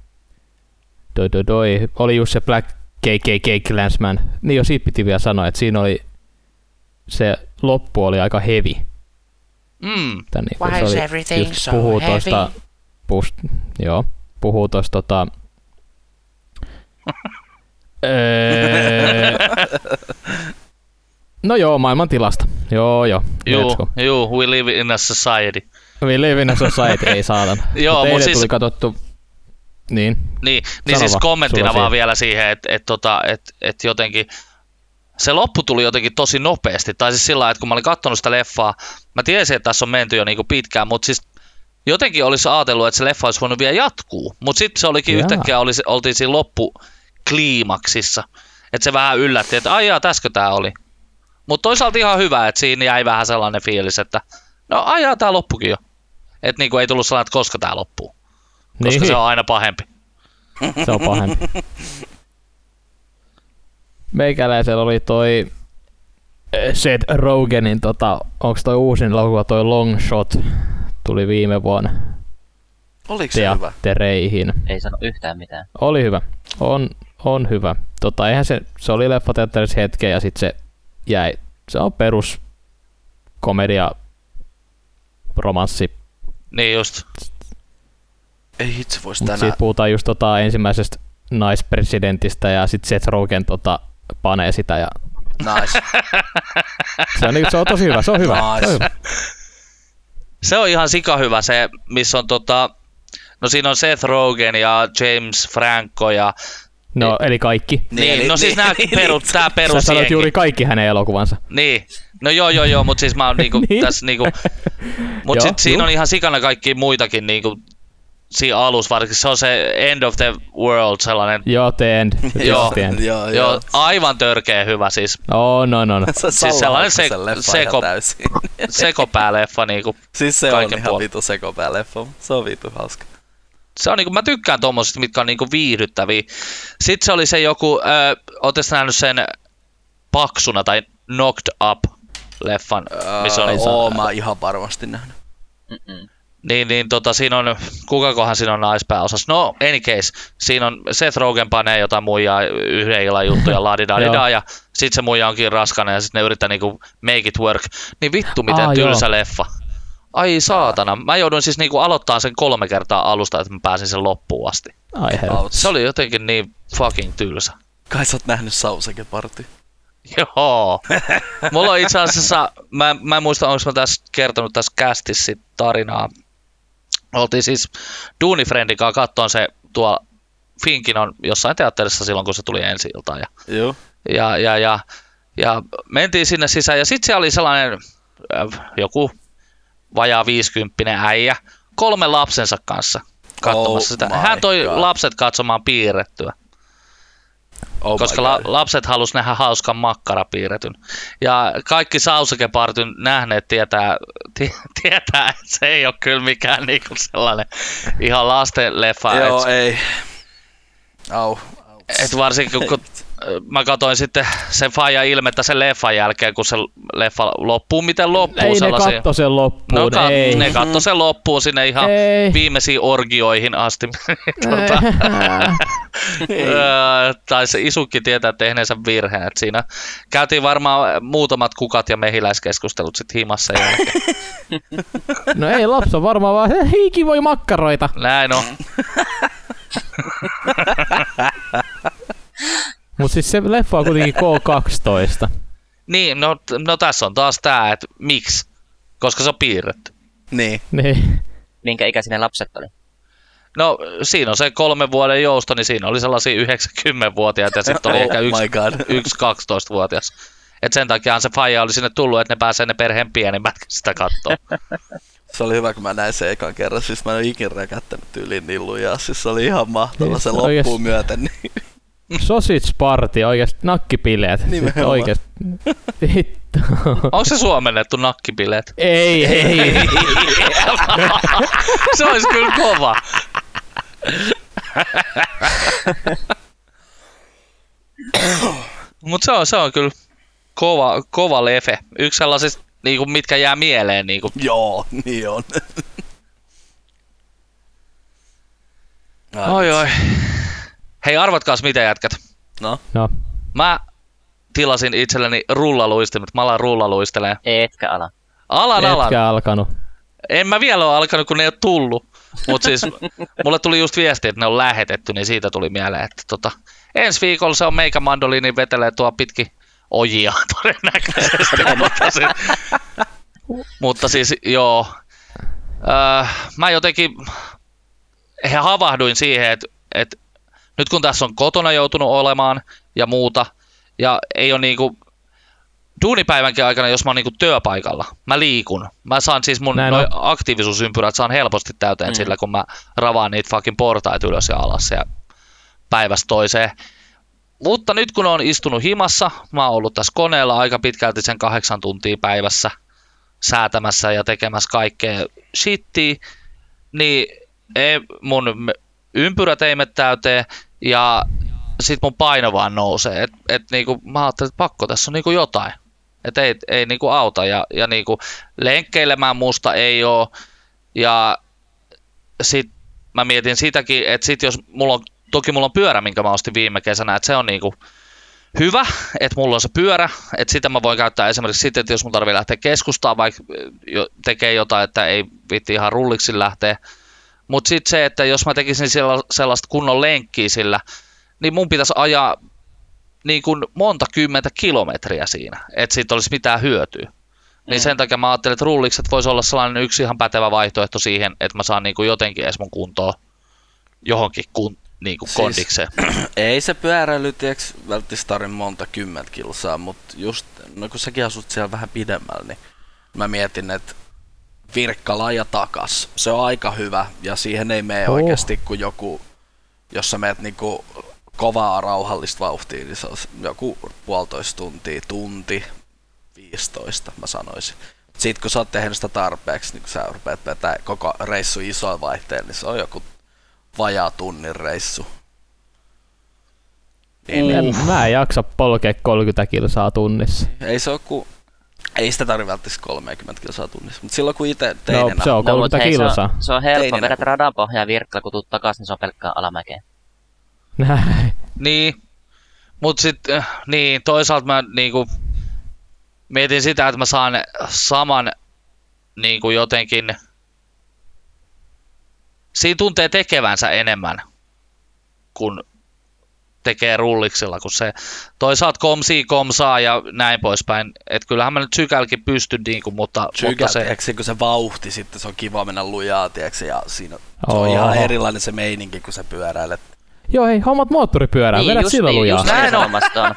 Speaker 1: toi, toi, toi, oli just se Black KKK Clansman. Niin jo siitä piti vielä sanoa, että siinä oli, se loppu oli aika hevi.
Speaker 2: Mm.
Speaker 1: Tän, niin Why se oli, just puhuu tosta, pust, joo, puhuu tosta tota, *laughs* Öö, no joo, maailman tilasta. Joo, joo. let's go.
Speaker 2: Juu, juu, we live in a society.
Speaker 1: We live No niin, in a society, ei saatan.
Speaker 2: *laughs* Joo,
Speaker 1: Mut
Speaker 2: mut
Speaker 1: eilen
Speaker 2: siis-
Speaker 1: tuli katsottu... Niin.
Speaker 2: Niin, niin
Speaker 1: Sano
Speaker 2: siis
Speaker 1: vaan,
Speaker 2: kommenttina
Speaker 1: sulla
Speaker 2: vaan
Speaker 1: siihen.
Speaker 2: vielä siihen, että et, tota, et, et jotenkin se loppu tuli jotenkin tosi nopeasti. Tai siis sillä lailla, että kun mä olin katsonut sitä leffaa, mä tiesin, että tässä on menty jo niinku pitkään, mutta siis jotenkin olisi ajatellut, että se leffa olisi voinut vielä jatkuu. Mutta sitten se olikin
Speaker 1: Jaa.
Speaker 2: yhtäkkiä, oli, oltiin siinä loppukliimaksissa. Että se vähän yllätti, että ai jaa, täskö tää oli. Mutta toisaalta ihan hyvä, että siinä jäi vähän sellainen fiilis, että no ai jaa, tää loppukin jo. Että niinku ei tullut sellainen, että koska tää loppuu. Koska
Speaker 1: niin,
Speaker 2: se on aina pahempi.
Speaker 1: *laughs* se on pahempi. Meikäläisellä oli toi eh, Seth Rogenin, tota, onks toi uusin elokuva toi Long Shot, tuli viime vuonna
Speaker 5: Oliko se hyvä?
Speaker 1: teattereihin.
Speaker 4: Ei sano yhtään mitään.
Speaker 1: Oli hyvä. On, on hyvä. Tota, eihän se, se oli leffateatterissa hetken ja sitten se jäi. Se on perus komedia, romanssi.
Speaker 2: Niin just.
Speaker 5: Ei itse voisi
Speaker 1: Mutta
Speaker 5: tänään.
Speaker 1: siitä puhutaan just tota ensimmäisestä naispresidentistä ja sitten Seth Rogen tota, panee sitä. Ja *laughs*
Speaker 5: Nice.
Speaker 1: se, on, niinku- se on tosi hyvä, se on hyvä. Se on
Speaker 5: Nice.
Speaker 1: hyvä.
Speaker 2: Se on ihan sikahyvä se, missä on tota... No siinä on Seth Rogen ja James Franco ja...
Speaker 1: No, eli kaikki.
Speaker 2: Niin, niin, no
Speaker 1: *laughs*
Speaker 2: siis nämä peru, tää
Speaker 1: Sä sanoit
Speaker 2: perusjengi.
Speaker 1: juuri kaikki hänen elokuvansa.
Speaker 2: Niin. No joo, joo, joo, mutta siis
Speaker 1: *laughs*
Speaker 2: mä oon niinku
Speaker 1: Niin.
Speaker 2: tässä niinku... Mut
Speaker 1: Joo,
Speaker 2: sit siinä
Speaker 1: juu.
Speaker 2: on ihan sikana kaikki muitakin niinku siinä alussa varsinkin. Se on se End of the World sellainen.
Speaker 1: Joo, the end. Just
Speaker 2: *laughs* Joo.
Speaker 1: the end. No,
Speaker 5: Joo,
Speaker 2: Joo,
Speaker 5: joo.
Speaker 2: aivan törkeä hyvä siis.
Speaker 1: On, on, on.
Speaker 5: Se
Speaker 2: Siis
Speaker 5: siis
Speaker 2: sellainen
Speaker 5: sellainen
Speaker 2: se-
Speaker 5: se, leffa
Speaker 2: seko-
Speaker 5: ihan täysin. *laughs*
Speaker 2: Sekopääleffa niinku.
Speaker 5: siis se on
Speaker 2: kaiken
Speaker 5: ihan
Speaker 2: puolen.
Speaker 5: vitu sekopää leffa. Se on vitu hauska.
Speaker 2: Se on niinku, mä tykkään tommosista, mitkä on niinku viihdyttäviä. Sitten se oli se joku, öö, ootes nähnyt sen paksuna tai Knocked Up leffan, missä on,
Speaker 5: Äh, Oo, mä oon ihan varmasti nähnyt.
Speaker 2: Niin, niin tota, siinä on, kukakohan siinä on naispääosassa? No, any case, siinä on Seth Rogen panee jotain muijaa yhden illan
Speaker 1: *laughs*
Speaker 2: juttuja,
Speaker 1: Joo.
Speaker 2: ladidadidaa, ja sit se muija onkin raskana, ja sitten ne yrittää niinku make it work. Niin vittu, miten
Speaker 1: Aa,
Speaker 2: tylsä
Speaker 1: joo.
Speaker 2: leffa. Ai saatana, mä jouduin siis niinku aloittaa sen kolme kertaa alusta, että mä pääsin sen loppuun asti.
Speaker 1: Ai herra.
Speaker 5: Outs.
Speaker 2: Se oli jotenkin niin fucking tylsä. *laughs*
Speaker 5: Kai sä oot nähnyt Sausakeparti.
Speaker 2: Joo. Mulla on itse asiassa, mä, mä en muista, onko mä tässä kertonut tässä kästissä sit tarinaa. Oltiin siis duunifrendin kanssa kattoon se tuolla Finkin on jossain teatterissa silloin, kun se tuli ensi iltaan. Ja,
Speaker 5: Joo.
Speaker 2: ja, ja, ja, ja mentiin sinne sisään ja sitten siellä oli sellainen äh, joku vajaa viisikymppinen äijä kolmen lapsensa kanssa katsomassa
Speaker 5: Oh
Speaker 2: sitä.
Speaker 5: my
Speaker 2: Hän toi
Speaker 5: God.
Speaker 2: lapset katsomaan piirrettyä
Speaker 5: Oh my
Speaker 2: koska la-
Speaker 5: God.
Speaker 2: lapset halus nähdä hauskan makkarapiirretyn. Ja kaikki sausakepartyn nähneet tietää, tie- *laughs* tietää, että se ei ole kyllä mikään niinku sellainen ihan lastenleffa.
Speaker 5: Joo,
Speaker 2: Et,
Speaker 5: ei. Au.
Speaker 2: et varsinkin kun äh, mä katsoin sitten sen Fajan ilmettä sen leffan jälkeen, kun se leffa loppuu, miten loppuu
Speaker 1: Ei ne
Speaker 2: sellaisia.
Speaker 1: katto sen loppuun,
Speaker 2: No, kat-
Speaker 1: ei.
Speaker 2: ne katto sen loppuun sinne ihan
Speaker 1: Ei.
Speaker 2: viimeisiin orgioihin
Speaker 1: *laughs*
Speaker 2: asti. tota, *laughs* Öö, tai se isukki tietää tehneensä virheen. Et siinä käytiin varmaan muutamat kukat ja mehiläiskeskustelut sitten himassa. jälkeen.
Speaker 1: No ei, lapsi on varmaan vaan, hiki voi makkaroita.
Speaker 2: Näin on.
Speaker 1: Mut siis se leffa on kuitenkin K12.
Speaker 2: Niin, no, no tässä on taas tämä, että miksi? Koska se on piirretty.
Speaker 5: Niin.
Speaker 1: *laughs* Niin.
Speaker 4: Minkä ikäisinä lapset oli?
Speaker 2: No siinä on se kolmen vuoden jousto, niin siinä oli sellaisia 90-vuotiaita ja sitten oli
Speaker 5: Oh
Speaker 2: ehkä
Speaker 5: my
Speaker 2: yksi,
Speaker 5: God.
Speaker 2: yksi 12-vuotias. Et sen takia se faija oli sinne tullut, että ne pääsee ne perheen pienimmät sitä kattoon.
Speaker 5: Se oli hyvä, kun mä näin sen ekan kerran. Siis mä en ole ikinä räkättänyt tyyliin nillujaa. Siis se oli ihan mahtava
Speaker 1: Siis
Speaker 5: se
Speaker 1: oikeesti.
Speaker 5: loppuun myöten. *laughs* Niin.
Speaker 1: Sausage party, oikeesti nakkipileet.
Speaker 5: Nimenomaan.
Speaker 1: Oikeesti. Vittu.
Speaker 2: Onko se suomennettu nakkibileet?
Speaker 1: Ei, ei.
Speaker 2: Se olisi kyllä kova. Mutta se on, se on kyllä kova, kova lefe. Yksi sellaisista, niinku, mitkä jää mieleen. Niinku.
Speaker 5: Joo, niin *laughs* on. Ai,
Speaker 2: Oi, oi. Hei, arvatkaas mitä jätkät.
Speaker 5: No,
Speaker 1: No,
Speaker 2: Mä tilasin itselleni rullaluistimet. Mä alan rullaluistelee.
Speaker 4: Etkä
Speaker 1: No,
Speaker 4: ala. No,
Speaker 2: Alan, alan.
Speaker 1: etkä alkanut.
Speaker 2: En mä vielä ole alkanut, kun ne ei ole tullut. Mutta siis mulle tuli just viesti, että ne on lähetetty, niin siitä tuli mieleen, että tota, ensi viikolla se on meikä mandoliini vetelee tuo pitkin ojia *laughs* todennäköisesti. mutta, siis, mutta siis joo, öö, mä jotenkin he havahduin siihen, että, että nyt kun tässä on kotona joutunut olemaan ja muuta, ja ei ole niinku, duunipäivänkin aikana, jos mä oon niinku työpaikalla, mä liikun. Mä saan siis mun
Speaker 1: Näin
Speaker 2: noi
Speaker 1: on.
Speaker 2: aktiivisuusympyrät saan helposti täyteen mm. sillä, kun mä ravaan niitä fucking portaita ylös ja alas ja päivästä toiseen. Mutta nyt kun on istunut himassa, mä oon ollut tässä koneella aika pitkälti sen kahdeksan tuntia päivässä säätämässä ja tekemässä kaikkea shittiä, niin ei, mun m- ympyrät ei mene täyteen ja sit mun paino vaan nousee. Et, et niinku, mä ajattelin, että pakko tässä on niinku jotain. Et ei, ei niinku auta ja, ja niinku, lenkkeilemään musta ei oo. Ja sit mä mietin sitäkin, että sit jos mulla on toki mulla on pyörä, minkä mä ostin viime kesänä, että se on niinku hyvä, että mulla on se pyörä, että sitä mä voin käyttää esimerkiksi sitten, että jos mun tarvii lähteä keskustaan, vaikka äh, jo- tekee jotain, että ei vitti ihan rulliksi lähteä. Mutta sitten se, että jos mä tekisin siellä sellaista kunnon lenkkiä sillä, niin mun pitäisi ajaa niin kuin monta kymmentä kilometriä siinä, että siitä olisi mitään hyötyä. Niin sen takia mä ajattelin, että rullikset voisi olla sellainen yksi ihan pätevä vaihtoehto siihen, että mä saan niin kuin jotenkin edes mun kuntoon johonkin kun, niin kuin
Speaker 5: Siis-
Speaker 2: kondikseen.
Speaker 5: *clears throat* Ei se pyöräily, tiiäks, välttis tarin monta kymmentä kilsaa, mutta just, no kun säkin asut siellä vähän pidemmällä, niin mä mietin, että virkkala ja takas, se on aika hyvä, ja siihen ei mene
Speaker 1: Oh.
Speaker 5: oh. oikeasti kuin joku, jos sä meet niinku kovaa rauhallista vauhtia, niin se on joku puolitoista tuntia, tunti, 15 mä sanoisin. Sitten kun sä oot tehnyt sitä tarpeeksi, niin kun sä rupeat vetää koko reissu isoin vaihteen, niin se on joku vajaa tunnin reissu. Niin, niin.
Speaker 1: En, mä en jaksa polkea 30 kilsaa tunnissa.
Speaker 5: Ei se oo ku... Ei sitä tarvi välttämättä 30 kilsaa tunnissa, mutta silloin kun itse
Speaker 1: No,
Speaker 5: teinenä...
Speaker 1: se on
Speaker 4: No, mut
Speaker 1: 30
Speaker 4: hei, se on,
Speaker 1: kilsaa.
Speaker 4: se on helppo
Speaker 5: Teinenä.
Speaker 4: vedät radan pohjaa virkkala, kun tuut takas, niin se on pelkkää alamäkeä.
Speaker 1: Näin.
Speaker 2: Niin, mutta sitten niin, toisaalta mä niinku, mietin sitä, että mä saan saman niinku jotenkin, siinä tuntee tekevänsä enemmän, kun tekee rulliksilla, kun se toisaalta komsii komsaa ja näin poispäin. Et kyllähän mä nyt sykälläkin pystyn, niinku, mutta, mutta
Speaker 5: Sykä, se...
Speaker 2: se,
Speaker 5: Tiiäksä, kun se vauhti sitten, se on kiva mennä lujaa, tiiäksä, ja siinä se on
Speaker 1: Oho.
Speaker 5: ihan erilainen se meininki, kun sä pyöräilet.
Speaker 1: *laughs*
Speaker 5: *laughs*
Speaker 1: Joo, hei, hommat moottoripyörää, niin, vedät sillä lujaa.
Speaker 4: just näin
Speaker 2: Näin on.
Speaker 4: sanomassa on.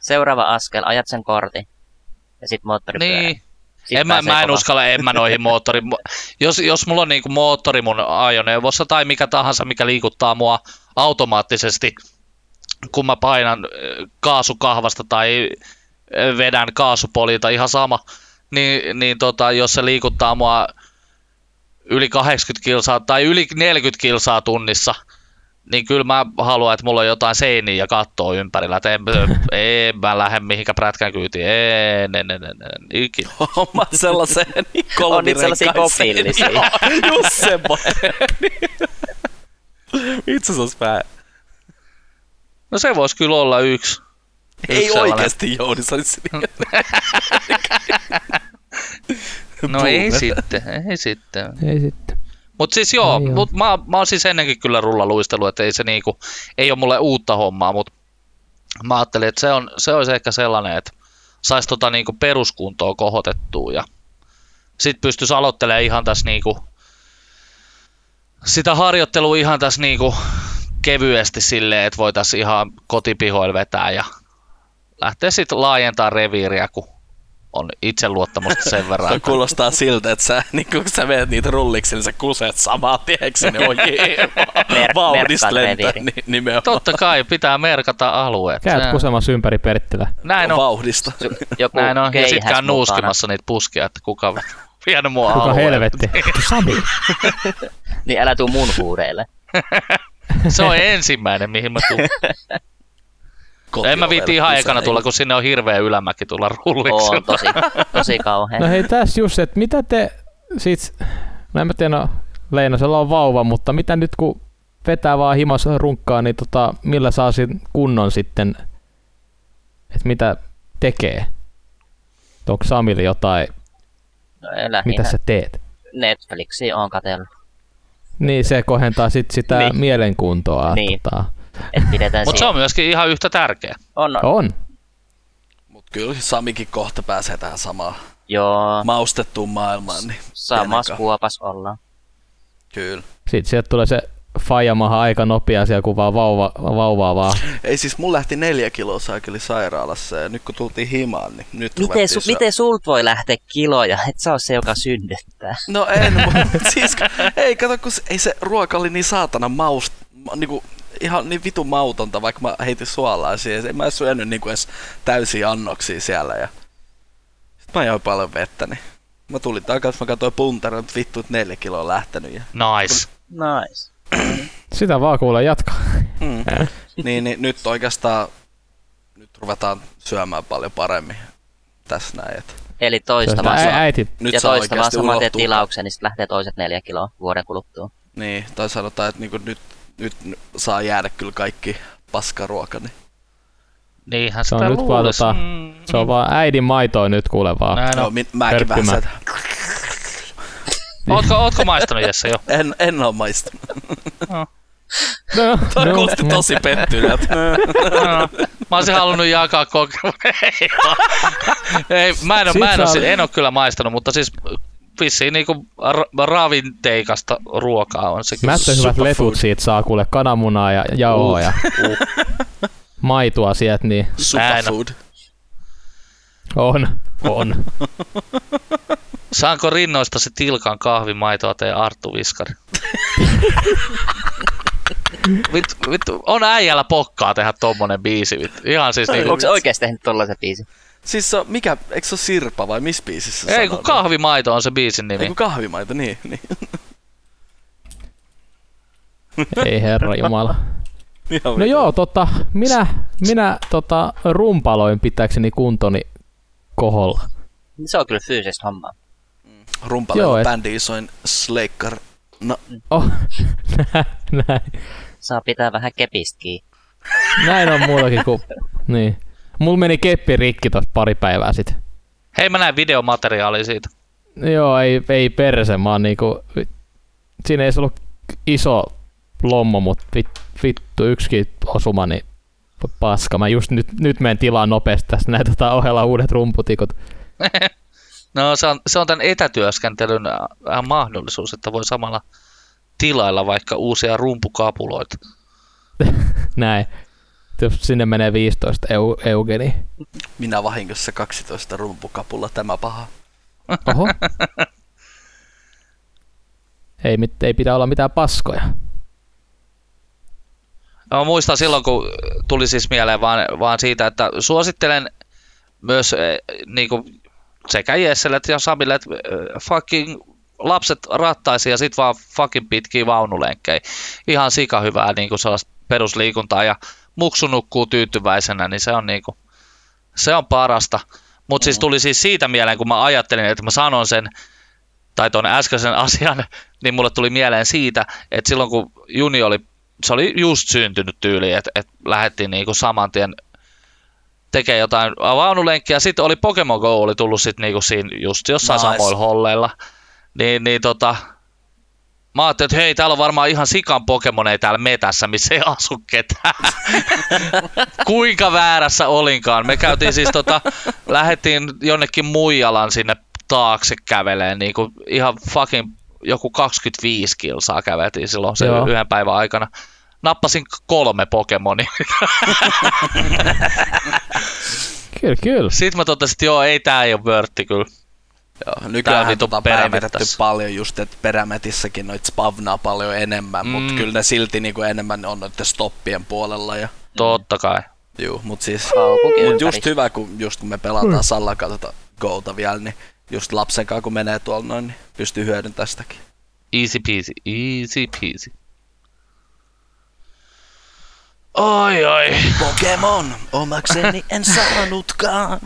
Speaker 4: Seuraava askel, ajat sen kortin. Ja sit moottoripyörä.
Speaker 2: niin,
Speaker 4: Sit
Speaker 2: en mä,
Speaker 4: pääsee
Speaker 2: mä en
Speaker 4: kova.
Speaker 2: uskalla, en mä noihin moottori. Jos, jos mulla on niinku moottori mun ajoneuvossa tai mikä tahansa, mikä liikuttaa mua automaattisesti, kun mä painan ö, kaasukahvasta tai ö, vedän kaasupolita, ihan sama, niin, niin tota, jos se liikuttaa mua yli 80 kilsaa tai yli 40 kilsaa tunnissa, niin kyllä mä haluan, että mulla on jotain seiniä ja kattoa ympärillä, että en, en mä lähde mihinkään prätkän kyytiin, en, en, en, en, en ikinä.
Speaker 5: Homma
Speaker 2: *laughs*
Speaker 5: sellaiseen
Speaker 4: On niitä
Speaker 5: kolmirenkaiseen.
Speaker 4: sellaisia kopillisia.
Speaker 5: Joo, *laughs* Just
Speaker 2: *laughs*
Speaker 5: semmoinen. Itse se olisi pää.
Speaker 2: No se voisi kyllä olla yksi.
Speaker 5: Ei
Speaker 2: sellainen.
Speaker 5: oikeasti Jouni, se
Speaker 2: *laughs*
Speaker 5: olisi
Speaker 2: No ei sitten, ei sitten.
Speaker 1: Ei sitten.
Speaker 2: Mut siis joo,
Speaker 1: Ei oo.
Speaker 2: mut mä, mä oon siis ennenkin kyllä rullaluistelu, että ei se niinku, ei ole mulle uutta hommaa, mut mä ajattelin, että se, on, se olisi ehkä sellainen, että saisi tota niinku peruskuntoa kohotettua ja sit pystyisi aloittelemaan ihan tässä niinku, sitä harjoittelua ihan tässä niinku kevyesti silleen, että voitaisiin ihan kotipihoilla vetää ja lähteä sitten laajentaa reviiriä, kun on itseluottamusta sen
Speaker 5: *laughs*
Speaker 2: verran.
Speaker 5: Tämä
Speaker 2: että-
Speaker 5: kuulostaa siltä, että sä, *laughs* niin kun sä menet niitä rulliksi, niin sä kuset samaa, tiedätkö, niin on jee,
Speaker 4: Mer-
Speaker 5: vauhdista
Speaker 4: merkkaat
Speaker 5: lentää
Speaker 4: reviiri.
Speaker 5: ni- nimenomaan.
Speaker 2: Totta kai, pitää merkata alueet.
Speaker 1: Käyt
Speaker 2: Se-
Speaker 1: kusemassa ympäri Perttilä.
Speaker 2: Näin on,
Speaker 5: Vauhdista.
Speaker 4: Joku
Speaker 2: näin on. Ja sit
Speaker 4: keihäs
Speaker 2: käyn
Speaker 4: mukana.
Speaker 2: nuuskimassa niitä puskia, että kuka on vienyt mua
Speaker 1: Kuka
Speaker 2: alueelle.
Speaker 4: *laughs*
Speaker 1: helvetti? Sami.
Speaker 4: Niin älä tuu mun huudeille.
Speaker 2: Se on ensimmäinen, mihin mä
Speaker 4: *laughs*
Speaker 2: tuun.
Speaker 5: *laughs*
Speaker 2: en mä viitti ihan ekana tulla, kun sinne on hirveä ylämäki tulla rulliksi.
Speaker 4: On tosi, tosi kauhea.
Speaker 1: No hei, tässä just, että mitä te sit, no en mä tiedä, no Leinosella on vauva, mutta mitä nyt kun vetää vaan himas runkkaa, niin tota, millä saa sen kunnon sitten, että mitä tekee? Onko Samille jotain,
Speaker 4: No, älä
Speaker 1: mitä
Speaker 4: hinä.
Speaker 1: sä teet?
Speaker 4: Netflixiä on katsellut.
Speaker 1: Niin, se kohentaa sit sitä
Speaker 4: Niin.
Speaker 1: mielenkuntoa.
Speaker 4: Niin.
Speaker 1: Tota.
Speaker 4: Et pidetään
Speaker 2: Mutta se
Speaker 4: siinä.
Speaker 2: on myöskin ihan yhtä tärkeä.
Speaker 4: On, on.
Speaker 1: On.
Speaker 5: Mutta kyllä Samikin kohta pääsee tähän samaan
Speaker 4: Joo,
Speaker 5: maustettuun maailmaan. Niin
Speaker 4: samassa
Speaker 5: pienen ka-
Speaker 4: kuopas ollaan.
Speaker 5: Kyllä.
Speaker 1: Sitten sieltä tulee se fajamaha aika nopea siellä, kun vaan vauva, vauvaa vaan.
Speaker 5: Ei siis, mulla lähti neljä kiloa saakeli sairaalassa ja nyt kun tultiin himaan, niin nyt
Speaker 4: Miten,
Speaker 5: ruvettiin
Speaker 4: su,
Speaker 5: syö-
Speaker 4: miten sult voi lähteä kiloja? Et sä oo se, joka synnyttää.
Speaker 5: No en, *laughs* mutta siis kun- ei kato, kun se- ei se ruoka oli niin saatana maust, ma- niinku, ihan niin vitun mautonta, vaikka mä heitin suolaa siihen. En mä edes syönyt niinku edes täysiä annoksia siellä. Ja... Sitten mä join paljon vettä, niin mä tulin takaisin, mä katsoin puntarin, että vittu, että neljä kiloa on lähtenyt. Ja...
Speaker 2: Nice.
Speaker 4: Nice.
Speaker 1: Sitä vaan kuulee jatkaa.
Speaker 5: Mm. niin, niin, nyt oikeastaan nyt ruvetaan syömään paljon paremmin tässä näin. Että
Speaker 4: Eli
Speaker 1: Se on
Speaker 4: toista
Speaker 1: sitä
Speaker 4: vaan
Speaker 1: ä-
Speaker 4: saa-
Speaker 1: äiti.
Speaker 5: nyt
Speaker 4: ja
Speaker 5: saa
Speaker 4: toista vaan
Speaker 5: oikeasti
Speaker 4: saman teet
Speaker 5: unohtua.
Speaker 4: tilauksen, niin sit lähtee toiset neljä kiloa vuoden kuluttua.
Speaker 5: Niin, tai sanotaan, että niinku nyt nyt n- saa jäädä kyllä kaikki niin- paskaruokani.
Speaker 2: Niinhän
Speaker 1: Se
Speaker 2: sitä
Speaker 1: on nyt vaan
Speaker 2: luulis.
Speaker 1: tota-
Speaker 2: Mm,
Speaker 1: Se on vaan äidin maitoa nyt kuule vaan.
Speaker 2: Näin
Speaker 5: No,
Speaker 2: on.
Speaker 5: no min, mäkin vähän
Speaker 1: Pörppimä.
Speaker 5: sieltä.
Speaker 2: Ootko, ootko maistanut Jesse jo?
Speaker 5: En, en ole *laughs* maistunut.
Speaker 1: No,
Speaker 5: Tämä
Speaker 1: no,
Speaker 5: kuulosti
Speaker 1: mm.
Speaker 5: tosi pettyneeltä.
Speaker 2: No, mä olisin halunnut jakaa kokemuksen. *laughs* Ei, vaan. ei, mä en, oo, mä en, oo,
Speaker 1: Sit
Speaker 2: si-
Speaker 1: saa-
Speaker 2: en oo kyllä maistanut, mutta siis vissiin niinku ra- ravinteikasta ruokaa on se kyllä.
Speaker 1: Mättö hyvät
Speaker 5: Superfood.
Speaker 1: lefut siitä saa kuule kananmunaa ja jauhoa ja maitoa sieltä, niin
Speaker 5: *laughs* Superfood.
Speaker 1: on, on.
Speaker 2: Saanko rinnoista se tilkan kahvimaitoa tee Arttu Viskari?
Speaker 5: *laughs*
Speaker 2: vittu, vittu, on äijällä pokkaa tehdä tommonen biisi. Vittu. Ihan siis niinku,
Speaker 4: Onko se oikeesti tehnyt tollasen biisin?
Speaker 5: Siis se on, mikä, eikö se ole Sirpa vai missä biisissä se
Speaker 2: ei kun
Speaker 5: sanoo?
Speaker 2: kahvimaito on se biisin
Speaker 5: Ei
Speaker 2: nimi.
Speaker 5: kun kahvimaito, niin. niin. *laughs*
Speaker 1: Ei herra jumala.
Speaker 5: Ihan
Speaker 1: No
Speaker 5: vittu.
Speaker 1: joo, tota, minä, minä tota, rumpaloin pitääkseni kuntoni koholla.
Speaker 4: Se on kyllä fyysistä hommaa.
Speaker 5: Rumpale
Speaker 1: Joo,
Speaker 5: on
Speaker 1: et-
Speaker 5: bändi isoin sleikkar. No,
Speaker 1: Oh, *laughs* näin, näin,
Speaker 4: Saa pitää vähän kepistä kiinni.
Speaker 1: näin on muutakin kuin... Niin. Mulla meni keppi rikki tos pari päivää sit.
Speaker 2: Hei mä näin videomateriaalia siitä.
Speaker 1: Joo, ei, ei perse, mä oon niinku... Siinä ei se ollut iso lommo, mut vit, vittu yksikin osuma, niin paska. Mä just nyt, nyt menen tilaan nopeasti tässä näitä tota ohella uudet rumputikot.
Speaker 2: No se on, se on tämän etätyöskentelyn äh, äh, mahdollisuus, että voi samalla tilailla vaikka uusia rumpukapuloita.
Speaker 1: Näin. Jos sinne menee 15 eu, eugeni.
Speaker 5: minä vahingossa 12 rumpukapulla, tämä paha.
Speaker 1: Oho. *laughs* ei, mit, ei pitää olla mitään paskoja.
Speaker 2: Mä muistan silloin, kun tuli siis mieleen vaan, vaan siitä, että suosittelen myös eh, niinku, sekä Jesselle että Samille, että eh, fucking lapset rattaisiin ja sit vaan fucking pitkiä vaunulenkkejä. Ihan sika hyvää niinku sellaista perusliikuntaa ja muksu nukkuu tyytyväisenä, niin se on niinku, se on parasta. Mutta siis tuli siis siitä mieleen, kun mä ajattelin, että mä sanon sen, tai tuon äskeisen *laughs* asian, niin mulle tuli mieleen siitä, että silloin kun Juni oli, se oli just syntynyt tyyli, että, että lähdettiin niinku saman tien tekemään jotain vaunulenkkiä. Sitten oli Pokemon Go oli tullut sit niinku siinä just jossain
Speaker 5: Nice.
Speaker 2: nice. samoilla holleilla. Niin, niin tota, Mä ajattelin, että hei, täällä on varmaan ihan sikan pokemoneja täällä metässä, missä ei asu ketään. Kuinka väärässä olinkaan. Me käytiin siis tota, lähettiin jonnekin muijalan sinne taakse käveleen, niin kuin ihan fucking joku 25 kilsaa käveltiin silloin sen
Speaker 1: Joo.
Speaker 2: yhden päivän aikana. Nappasin kolme Pokemonia. *laughs*
Speaker 1: Kyllä, kyllä.
Speaker 2: Sitten mä totesin, että joo, ei tää ei ole vörtti kyllä.
Speaker 5: Joo, nykyään
Speaker 2: vitun
Speaker 5: tota
Speaker 2: perämettässä.
Speaker 5: päivitetty paljon just, että perämetissäkin noit spavnaa paljon enemmän, mm. mutta
Speaker 2: Mm.
Speaker 5: kyllä ne silti niinku enemmän on noiden stoppien puolella. Ja,
Speaker 2: Totta kai.
Speaker 5: juu, mut siis
Speaker 4: Kaupunki
Speaker 5: mut just
Speaker 4: ympäri. Mm.
Speaker 5: hyvä, kun, just kun me pelataan Salla katsota Gouta vielä, niin just lapsen kanssa kun menee tuolla noin, niin pystyy hyödyntämään sitäkin.
Speaker 2: Easy peasy, easy peasy. Oi, oi.
Speaker 5: Pokemon omakseni en saanutkaan,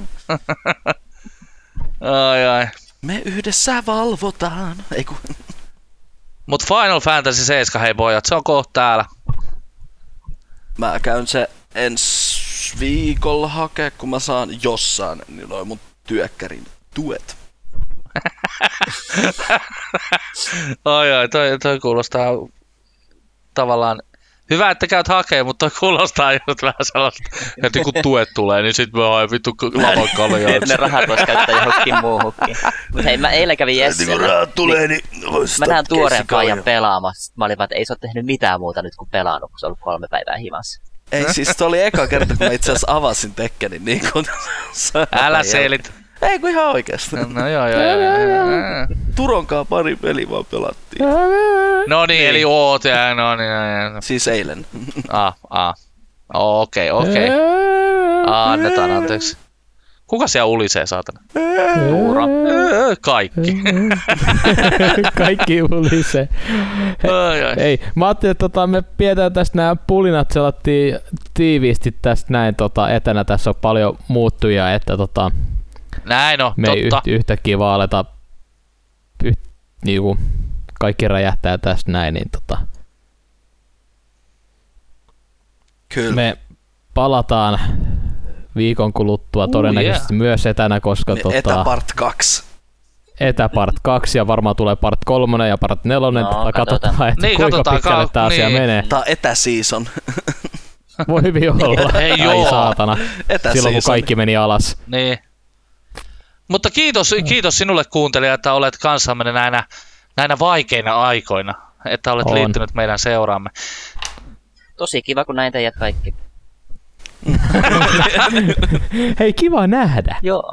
Speaker 2: Ai, ai.
Speaker 5: me yhdessä valvotaan. Ei kun,
Speaker 2: Mut Final Fantasy 7, hei pojat, se on kohta täällä.
Speaker 5: Mä käyn se ensi viikolla hakee, kun mä saan jossain, niin noin mun työkkärin tuet.
Speaker 2: Ai ai, toi, toi kuulostaa tavallaan... Hyvä, että käyt hakee, mutta toi kuulostaa just vähän sellaista, että kun tuet tulee, niin sit mä haen vittu k- lavan
Speaker 4: *laughs*
Speaker 2: kaljaa.
Speaker 4: Nyt ne rahat vois käyttää johonkin muuhunkin. Mut hei, mä eilen kävin Jessellä.
Speaker 5: niin vois
Speaker 4: Mä näen tuoreen paajan pelaamassa. Mä olin vaan, että ei se oo tehnyt mitään muuta nyt kuin pelannut, kun se on ollut kolme päivää himassa.
Speaker 5: Ei siis, se oli eka kerta, kun mä itse asiassa avasin Tekkenin niin kun
Speaker 2: Älä selit.
Speaker 5: Ei kun ihan oikeesti.
Speaker 2: No joo, joo, joo, joo, joo.
Speaker 5: Turonkaan pari peliä vaan pelattiin.
Speaker 2: No niin, eli oot ja no niin, no niin.
Speaker 5: Siis eilen.
Speaker 2: Ah, ah. Okei, okei.
Speaker 1: *laughs*
Speaker 2: Ah, annetaan anteeksi. Kuka siellä ulisee, saatana? Tuura. Öö, Kaikki.
Speaker 1: Kaikki ulisee.
Speaker 2: Ai, ai.
Speaker 1: Ei, mä ajattelin, että tota, me pidetään tästä nämä pulinat selatti tiiviisti tästä näin tota, etänä. Tässä on paljon muuttuja, että tota,
Speaker 2: Näin on,
Speaker 1: me ei
Speaker 2: totta.
Speaker 1: yht, yhtäkkiä vaan aleta, yht, niinku, kaikki räjähtää tästä näin, niin tota,
Speaker 5: Kyllä. Me,
Speaker 1: Me palataan viikon kuluttua
Speaker 2: Ooh,
Speaker 1: todennäköisesti myös etänä, koska
Speaker 5: me
Speaker 1: tota,
Speaker 5: etäpart 2.
Speaker 1: etäpart 2 ja varmaan tulee part 3 ja part 4. No,
Speaker 4: No,
Speaker 1: tota,
Speaker 4: katsotaan.
Speaker 1: katsotaan, että
Speaker 2: Niin,
Speaker 1: kuinka
Speaker 2: katsotaan,
Speaker 1: pitkälle
Speaker 2: ka-
Speaker 1: tämä asia
Speaker 2: niin.
Speaker 1: menee.
Speaker 5: Tää on etäseason. *laughs*
Speaker 1: Voi
Speaker 2: *laughs*
Speaker 1: hyvin olla.
Speaker 2: Ei
Speaker 1: Ai
Speaker 2: joo.
Speaker 1: saatana.
Speaker 5: Etäseason.
Speaker 1: Silloin kun kaikki meni alas.
Speaker 2: Niin. Mutta kiitos,
Speaker 1: Mm.
Speaker 2: kiitos sinulle kuuntelija, että olet kanssamme näinä, näinä vaikeina aikoina, että olet
Speaker 1: On.
Speaker 2: On. liittynyt meidän seuraamme.
Speaker 4: Tosi kiva, kun näin teidät kaikki.
Speaker 1: Hei, kiva nähdä.
Speaker 4: Joo.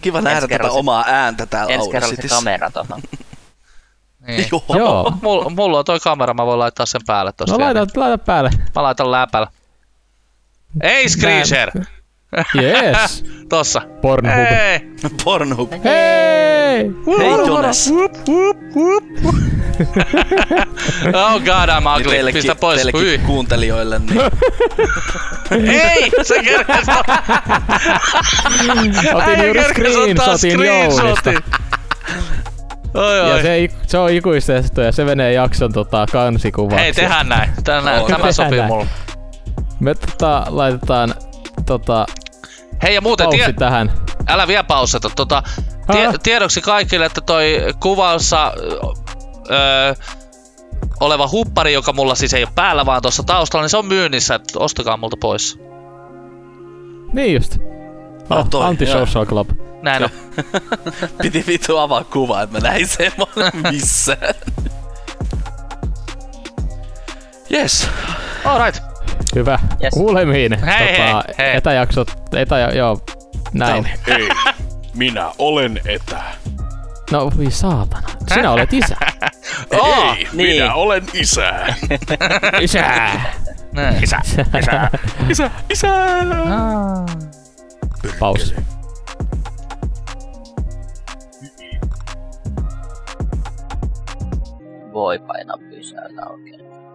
Speaker 5: Kiva nähdä tätä
Speaker 4: kerralla se-
Speaker 5: omaa ääntä täällä
Speaker 4: Ensi
Speaker 5: Aura
Speaker 4: kerralla se
Speaker 5: Cityssä.
Speaker 4: kamera tuohon.
Speaker 2: Niin.
Speaker 5: *laughs* Joo.
Speaker 1: Joo.
Speaker 2: Mulla, mulla on toi kamera, mä voin laittaa sen päälle tosta.
Speaker 1: No
Speaker 2: vielä.
Speaker 1: laita, laita päälle.
Speaker 2: Mä laitan läpällä. Ei Screecher! *laughs*
Speaker 1: Yes.
Speaker 2: Tossa.
Speaker 1: Pornhub.
Speaker 2: Ei!
Speaker 5: Pornhub.
Speaker 1: Hei!
Speaker 5: Hei
Speaker 1: Moro, moro.
Speaker 5: Jonas.
Speaker 2: Oh god, I'm
Speaker 5: Niin
Speaker 2: ugly.
Speaker 5: teillekin,
Speaker 2: Pistä pois. Hyi.
Speaker 5: teillekin kuuntelijoille, niin
Speaker 2: Ei! Se kerkes
Speaker 1: Otin
Speaker 2: Äijä
Speaker 1: juuri
Speaker 2: kerkes ottaa
Speaker 1: screenshotin Jounista.
Speaker 2: screenshotin. Oi,
Speaker 1: Ja
Speaker 2: oi.
Speaker 1: se, iku- se on ikuistettu ja se menee jakson tota, kansikuvaksi.
Speaker 2: Hei, tehdään näin. Tänä,
Speaker 5: Joo,
Speaker 2: tämä
Speaker 1: tehdään
Speaker 2: sopii
Speaker 1: näin.
Speaker 2: mulle.
Speaker 1: Me tota, laitetaan tota,
Speaker 2: Hei ja muuten,
Speaker 1: paussi
Speaker 2: tie,
Speaker 1: tähän.
Speaker 2: älä vielä paussata. Tota, tie,
Speaker 1: Ah.
Speaker 2: tiedoksi kaikille, että toi kuvaossa öö, oleva huppari, joka mulla siis ei ole päällä, vaan tuossa taustalla, niin se on myynnissä. Et ostakaa multa pois.
Speaker 1: Niin just.
Speaker 5: Ah,
Speaker 1: Oh,
Speaker 5: toi,
Speaker 1: Antisocial Club.
Speaker 2: Näin on.
Speaker 5: *laughs* piti vittu avaa kuva, että mä näin sen mä olin missään.
Speaker 4: Ah,
Speaker 5: Yes.
Speaker 2: All right.
Speaker 1: Hyvä.
Speaker 4: Yes.
Speaker 1: Kuulemiin. Tota,
Speaker 2: Hei, hei, hei.
Speaker 1: Etäjaksot. Etä, joo. Näin.
Speaker 6: Ei, minä olen etä.
Speaker 1: No voi saatana. Sinä olet isä.
Speaker 2: Oh,
Speaker 6: Ei,
Speaker 4: niin.
Speaker 6: minä olen isä.
Speaker 1: Isä!
Speaker 2: näin.
Speaker 6: Isä, isä, isä, isä.
Speaker 1: *laughs* Paus.
Speaker 4: Voi painaa pysäytä oikein.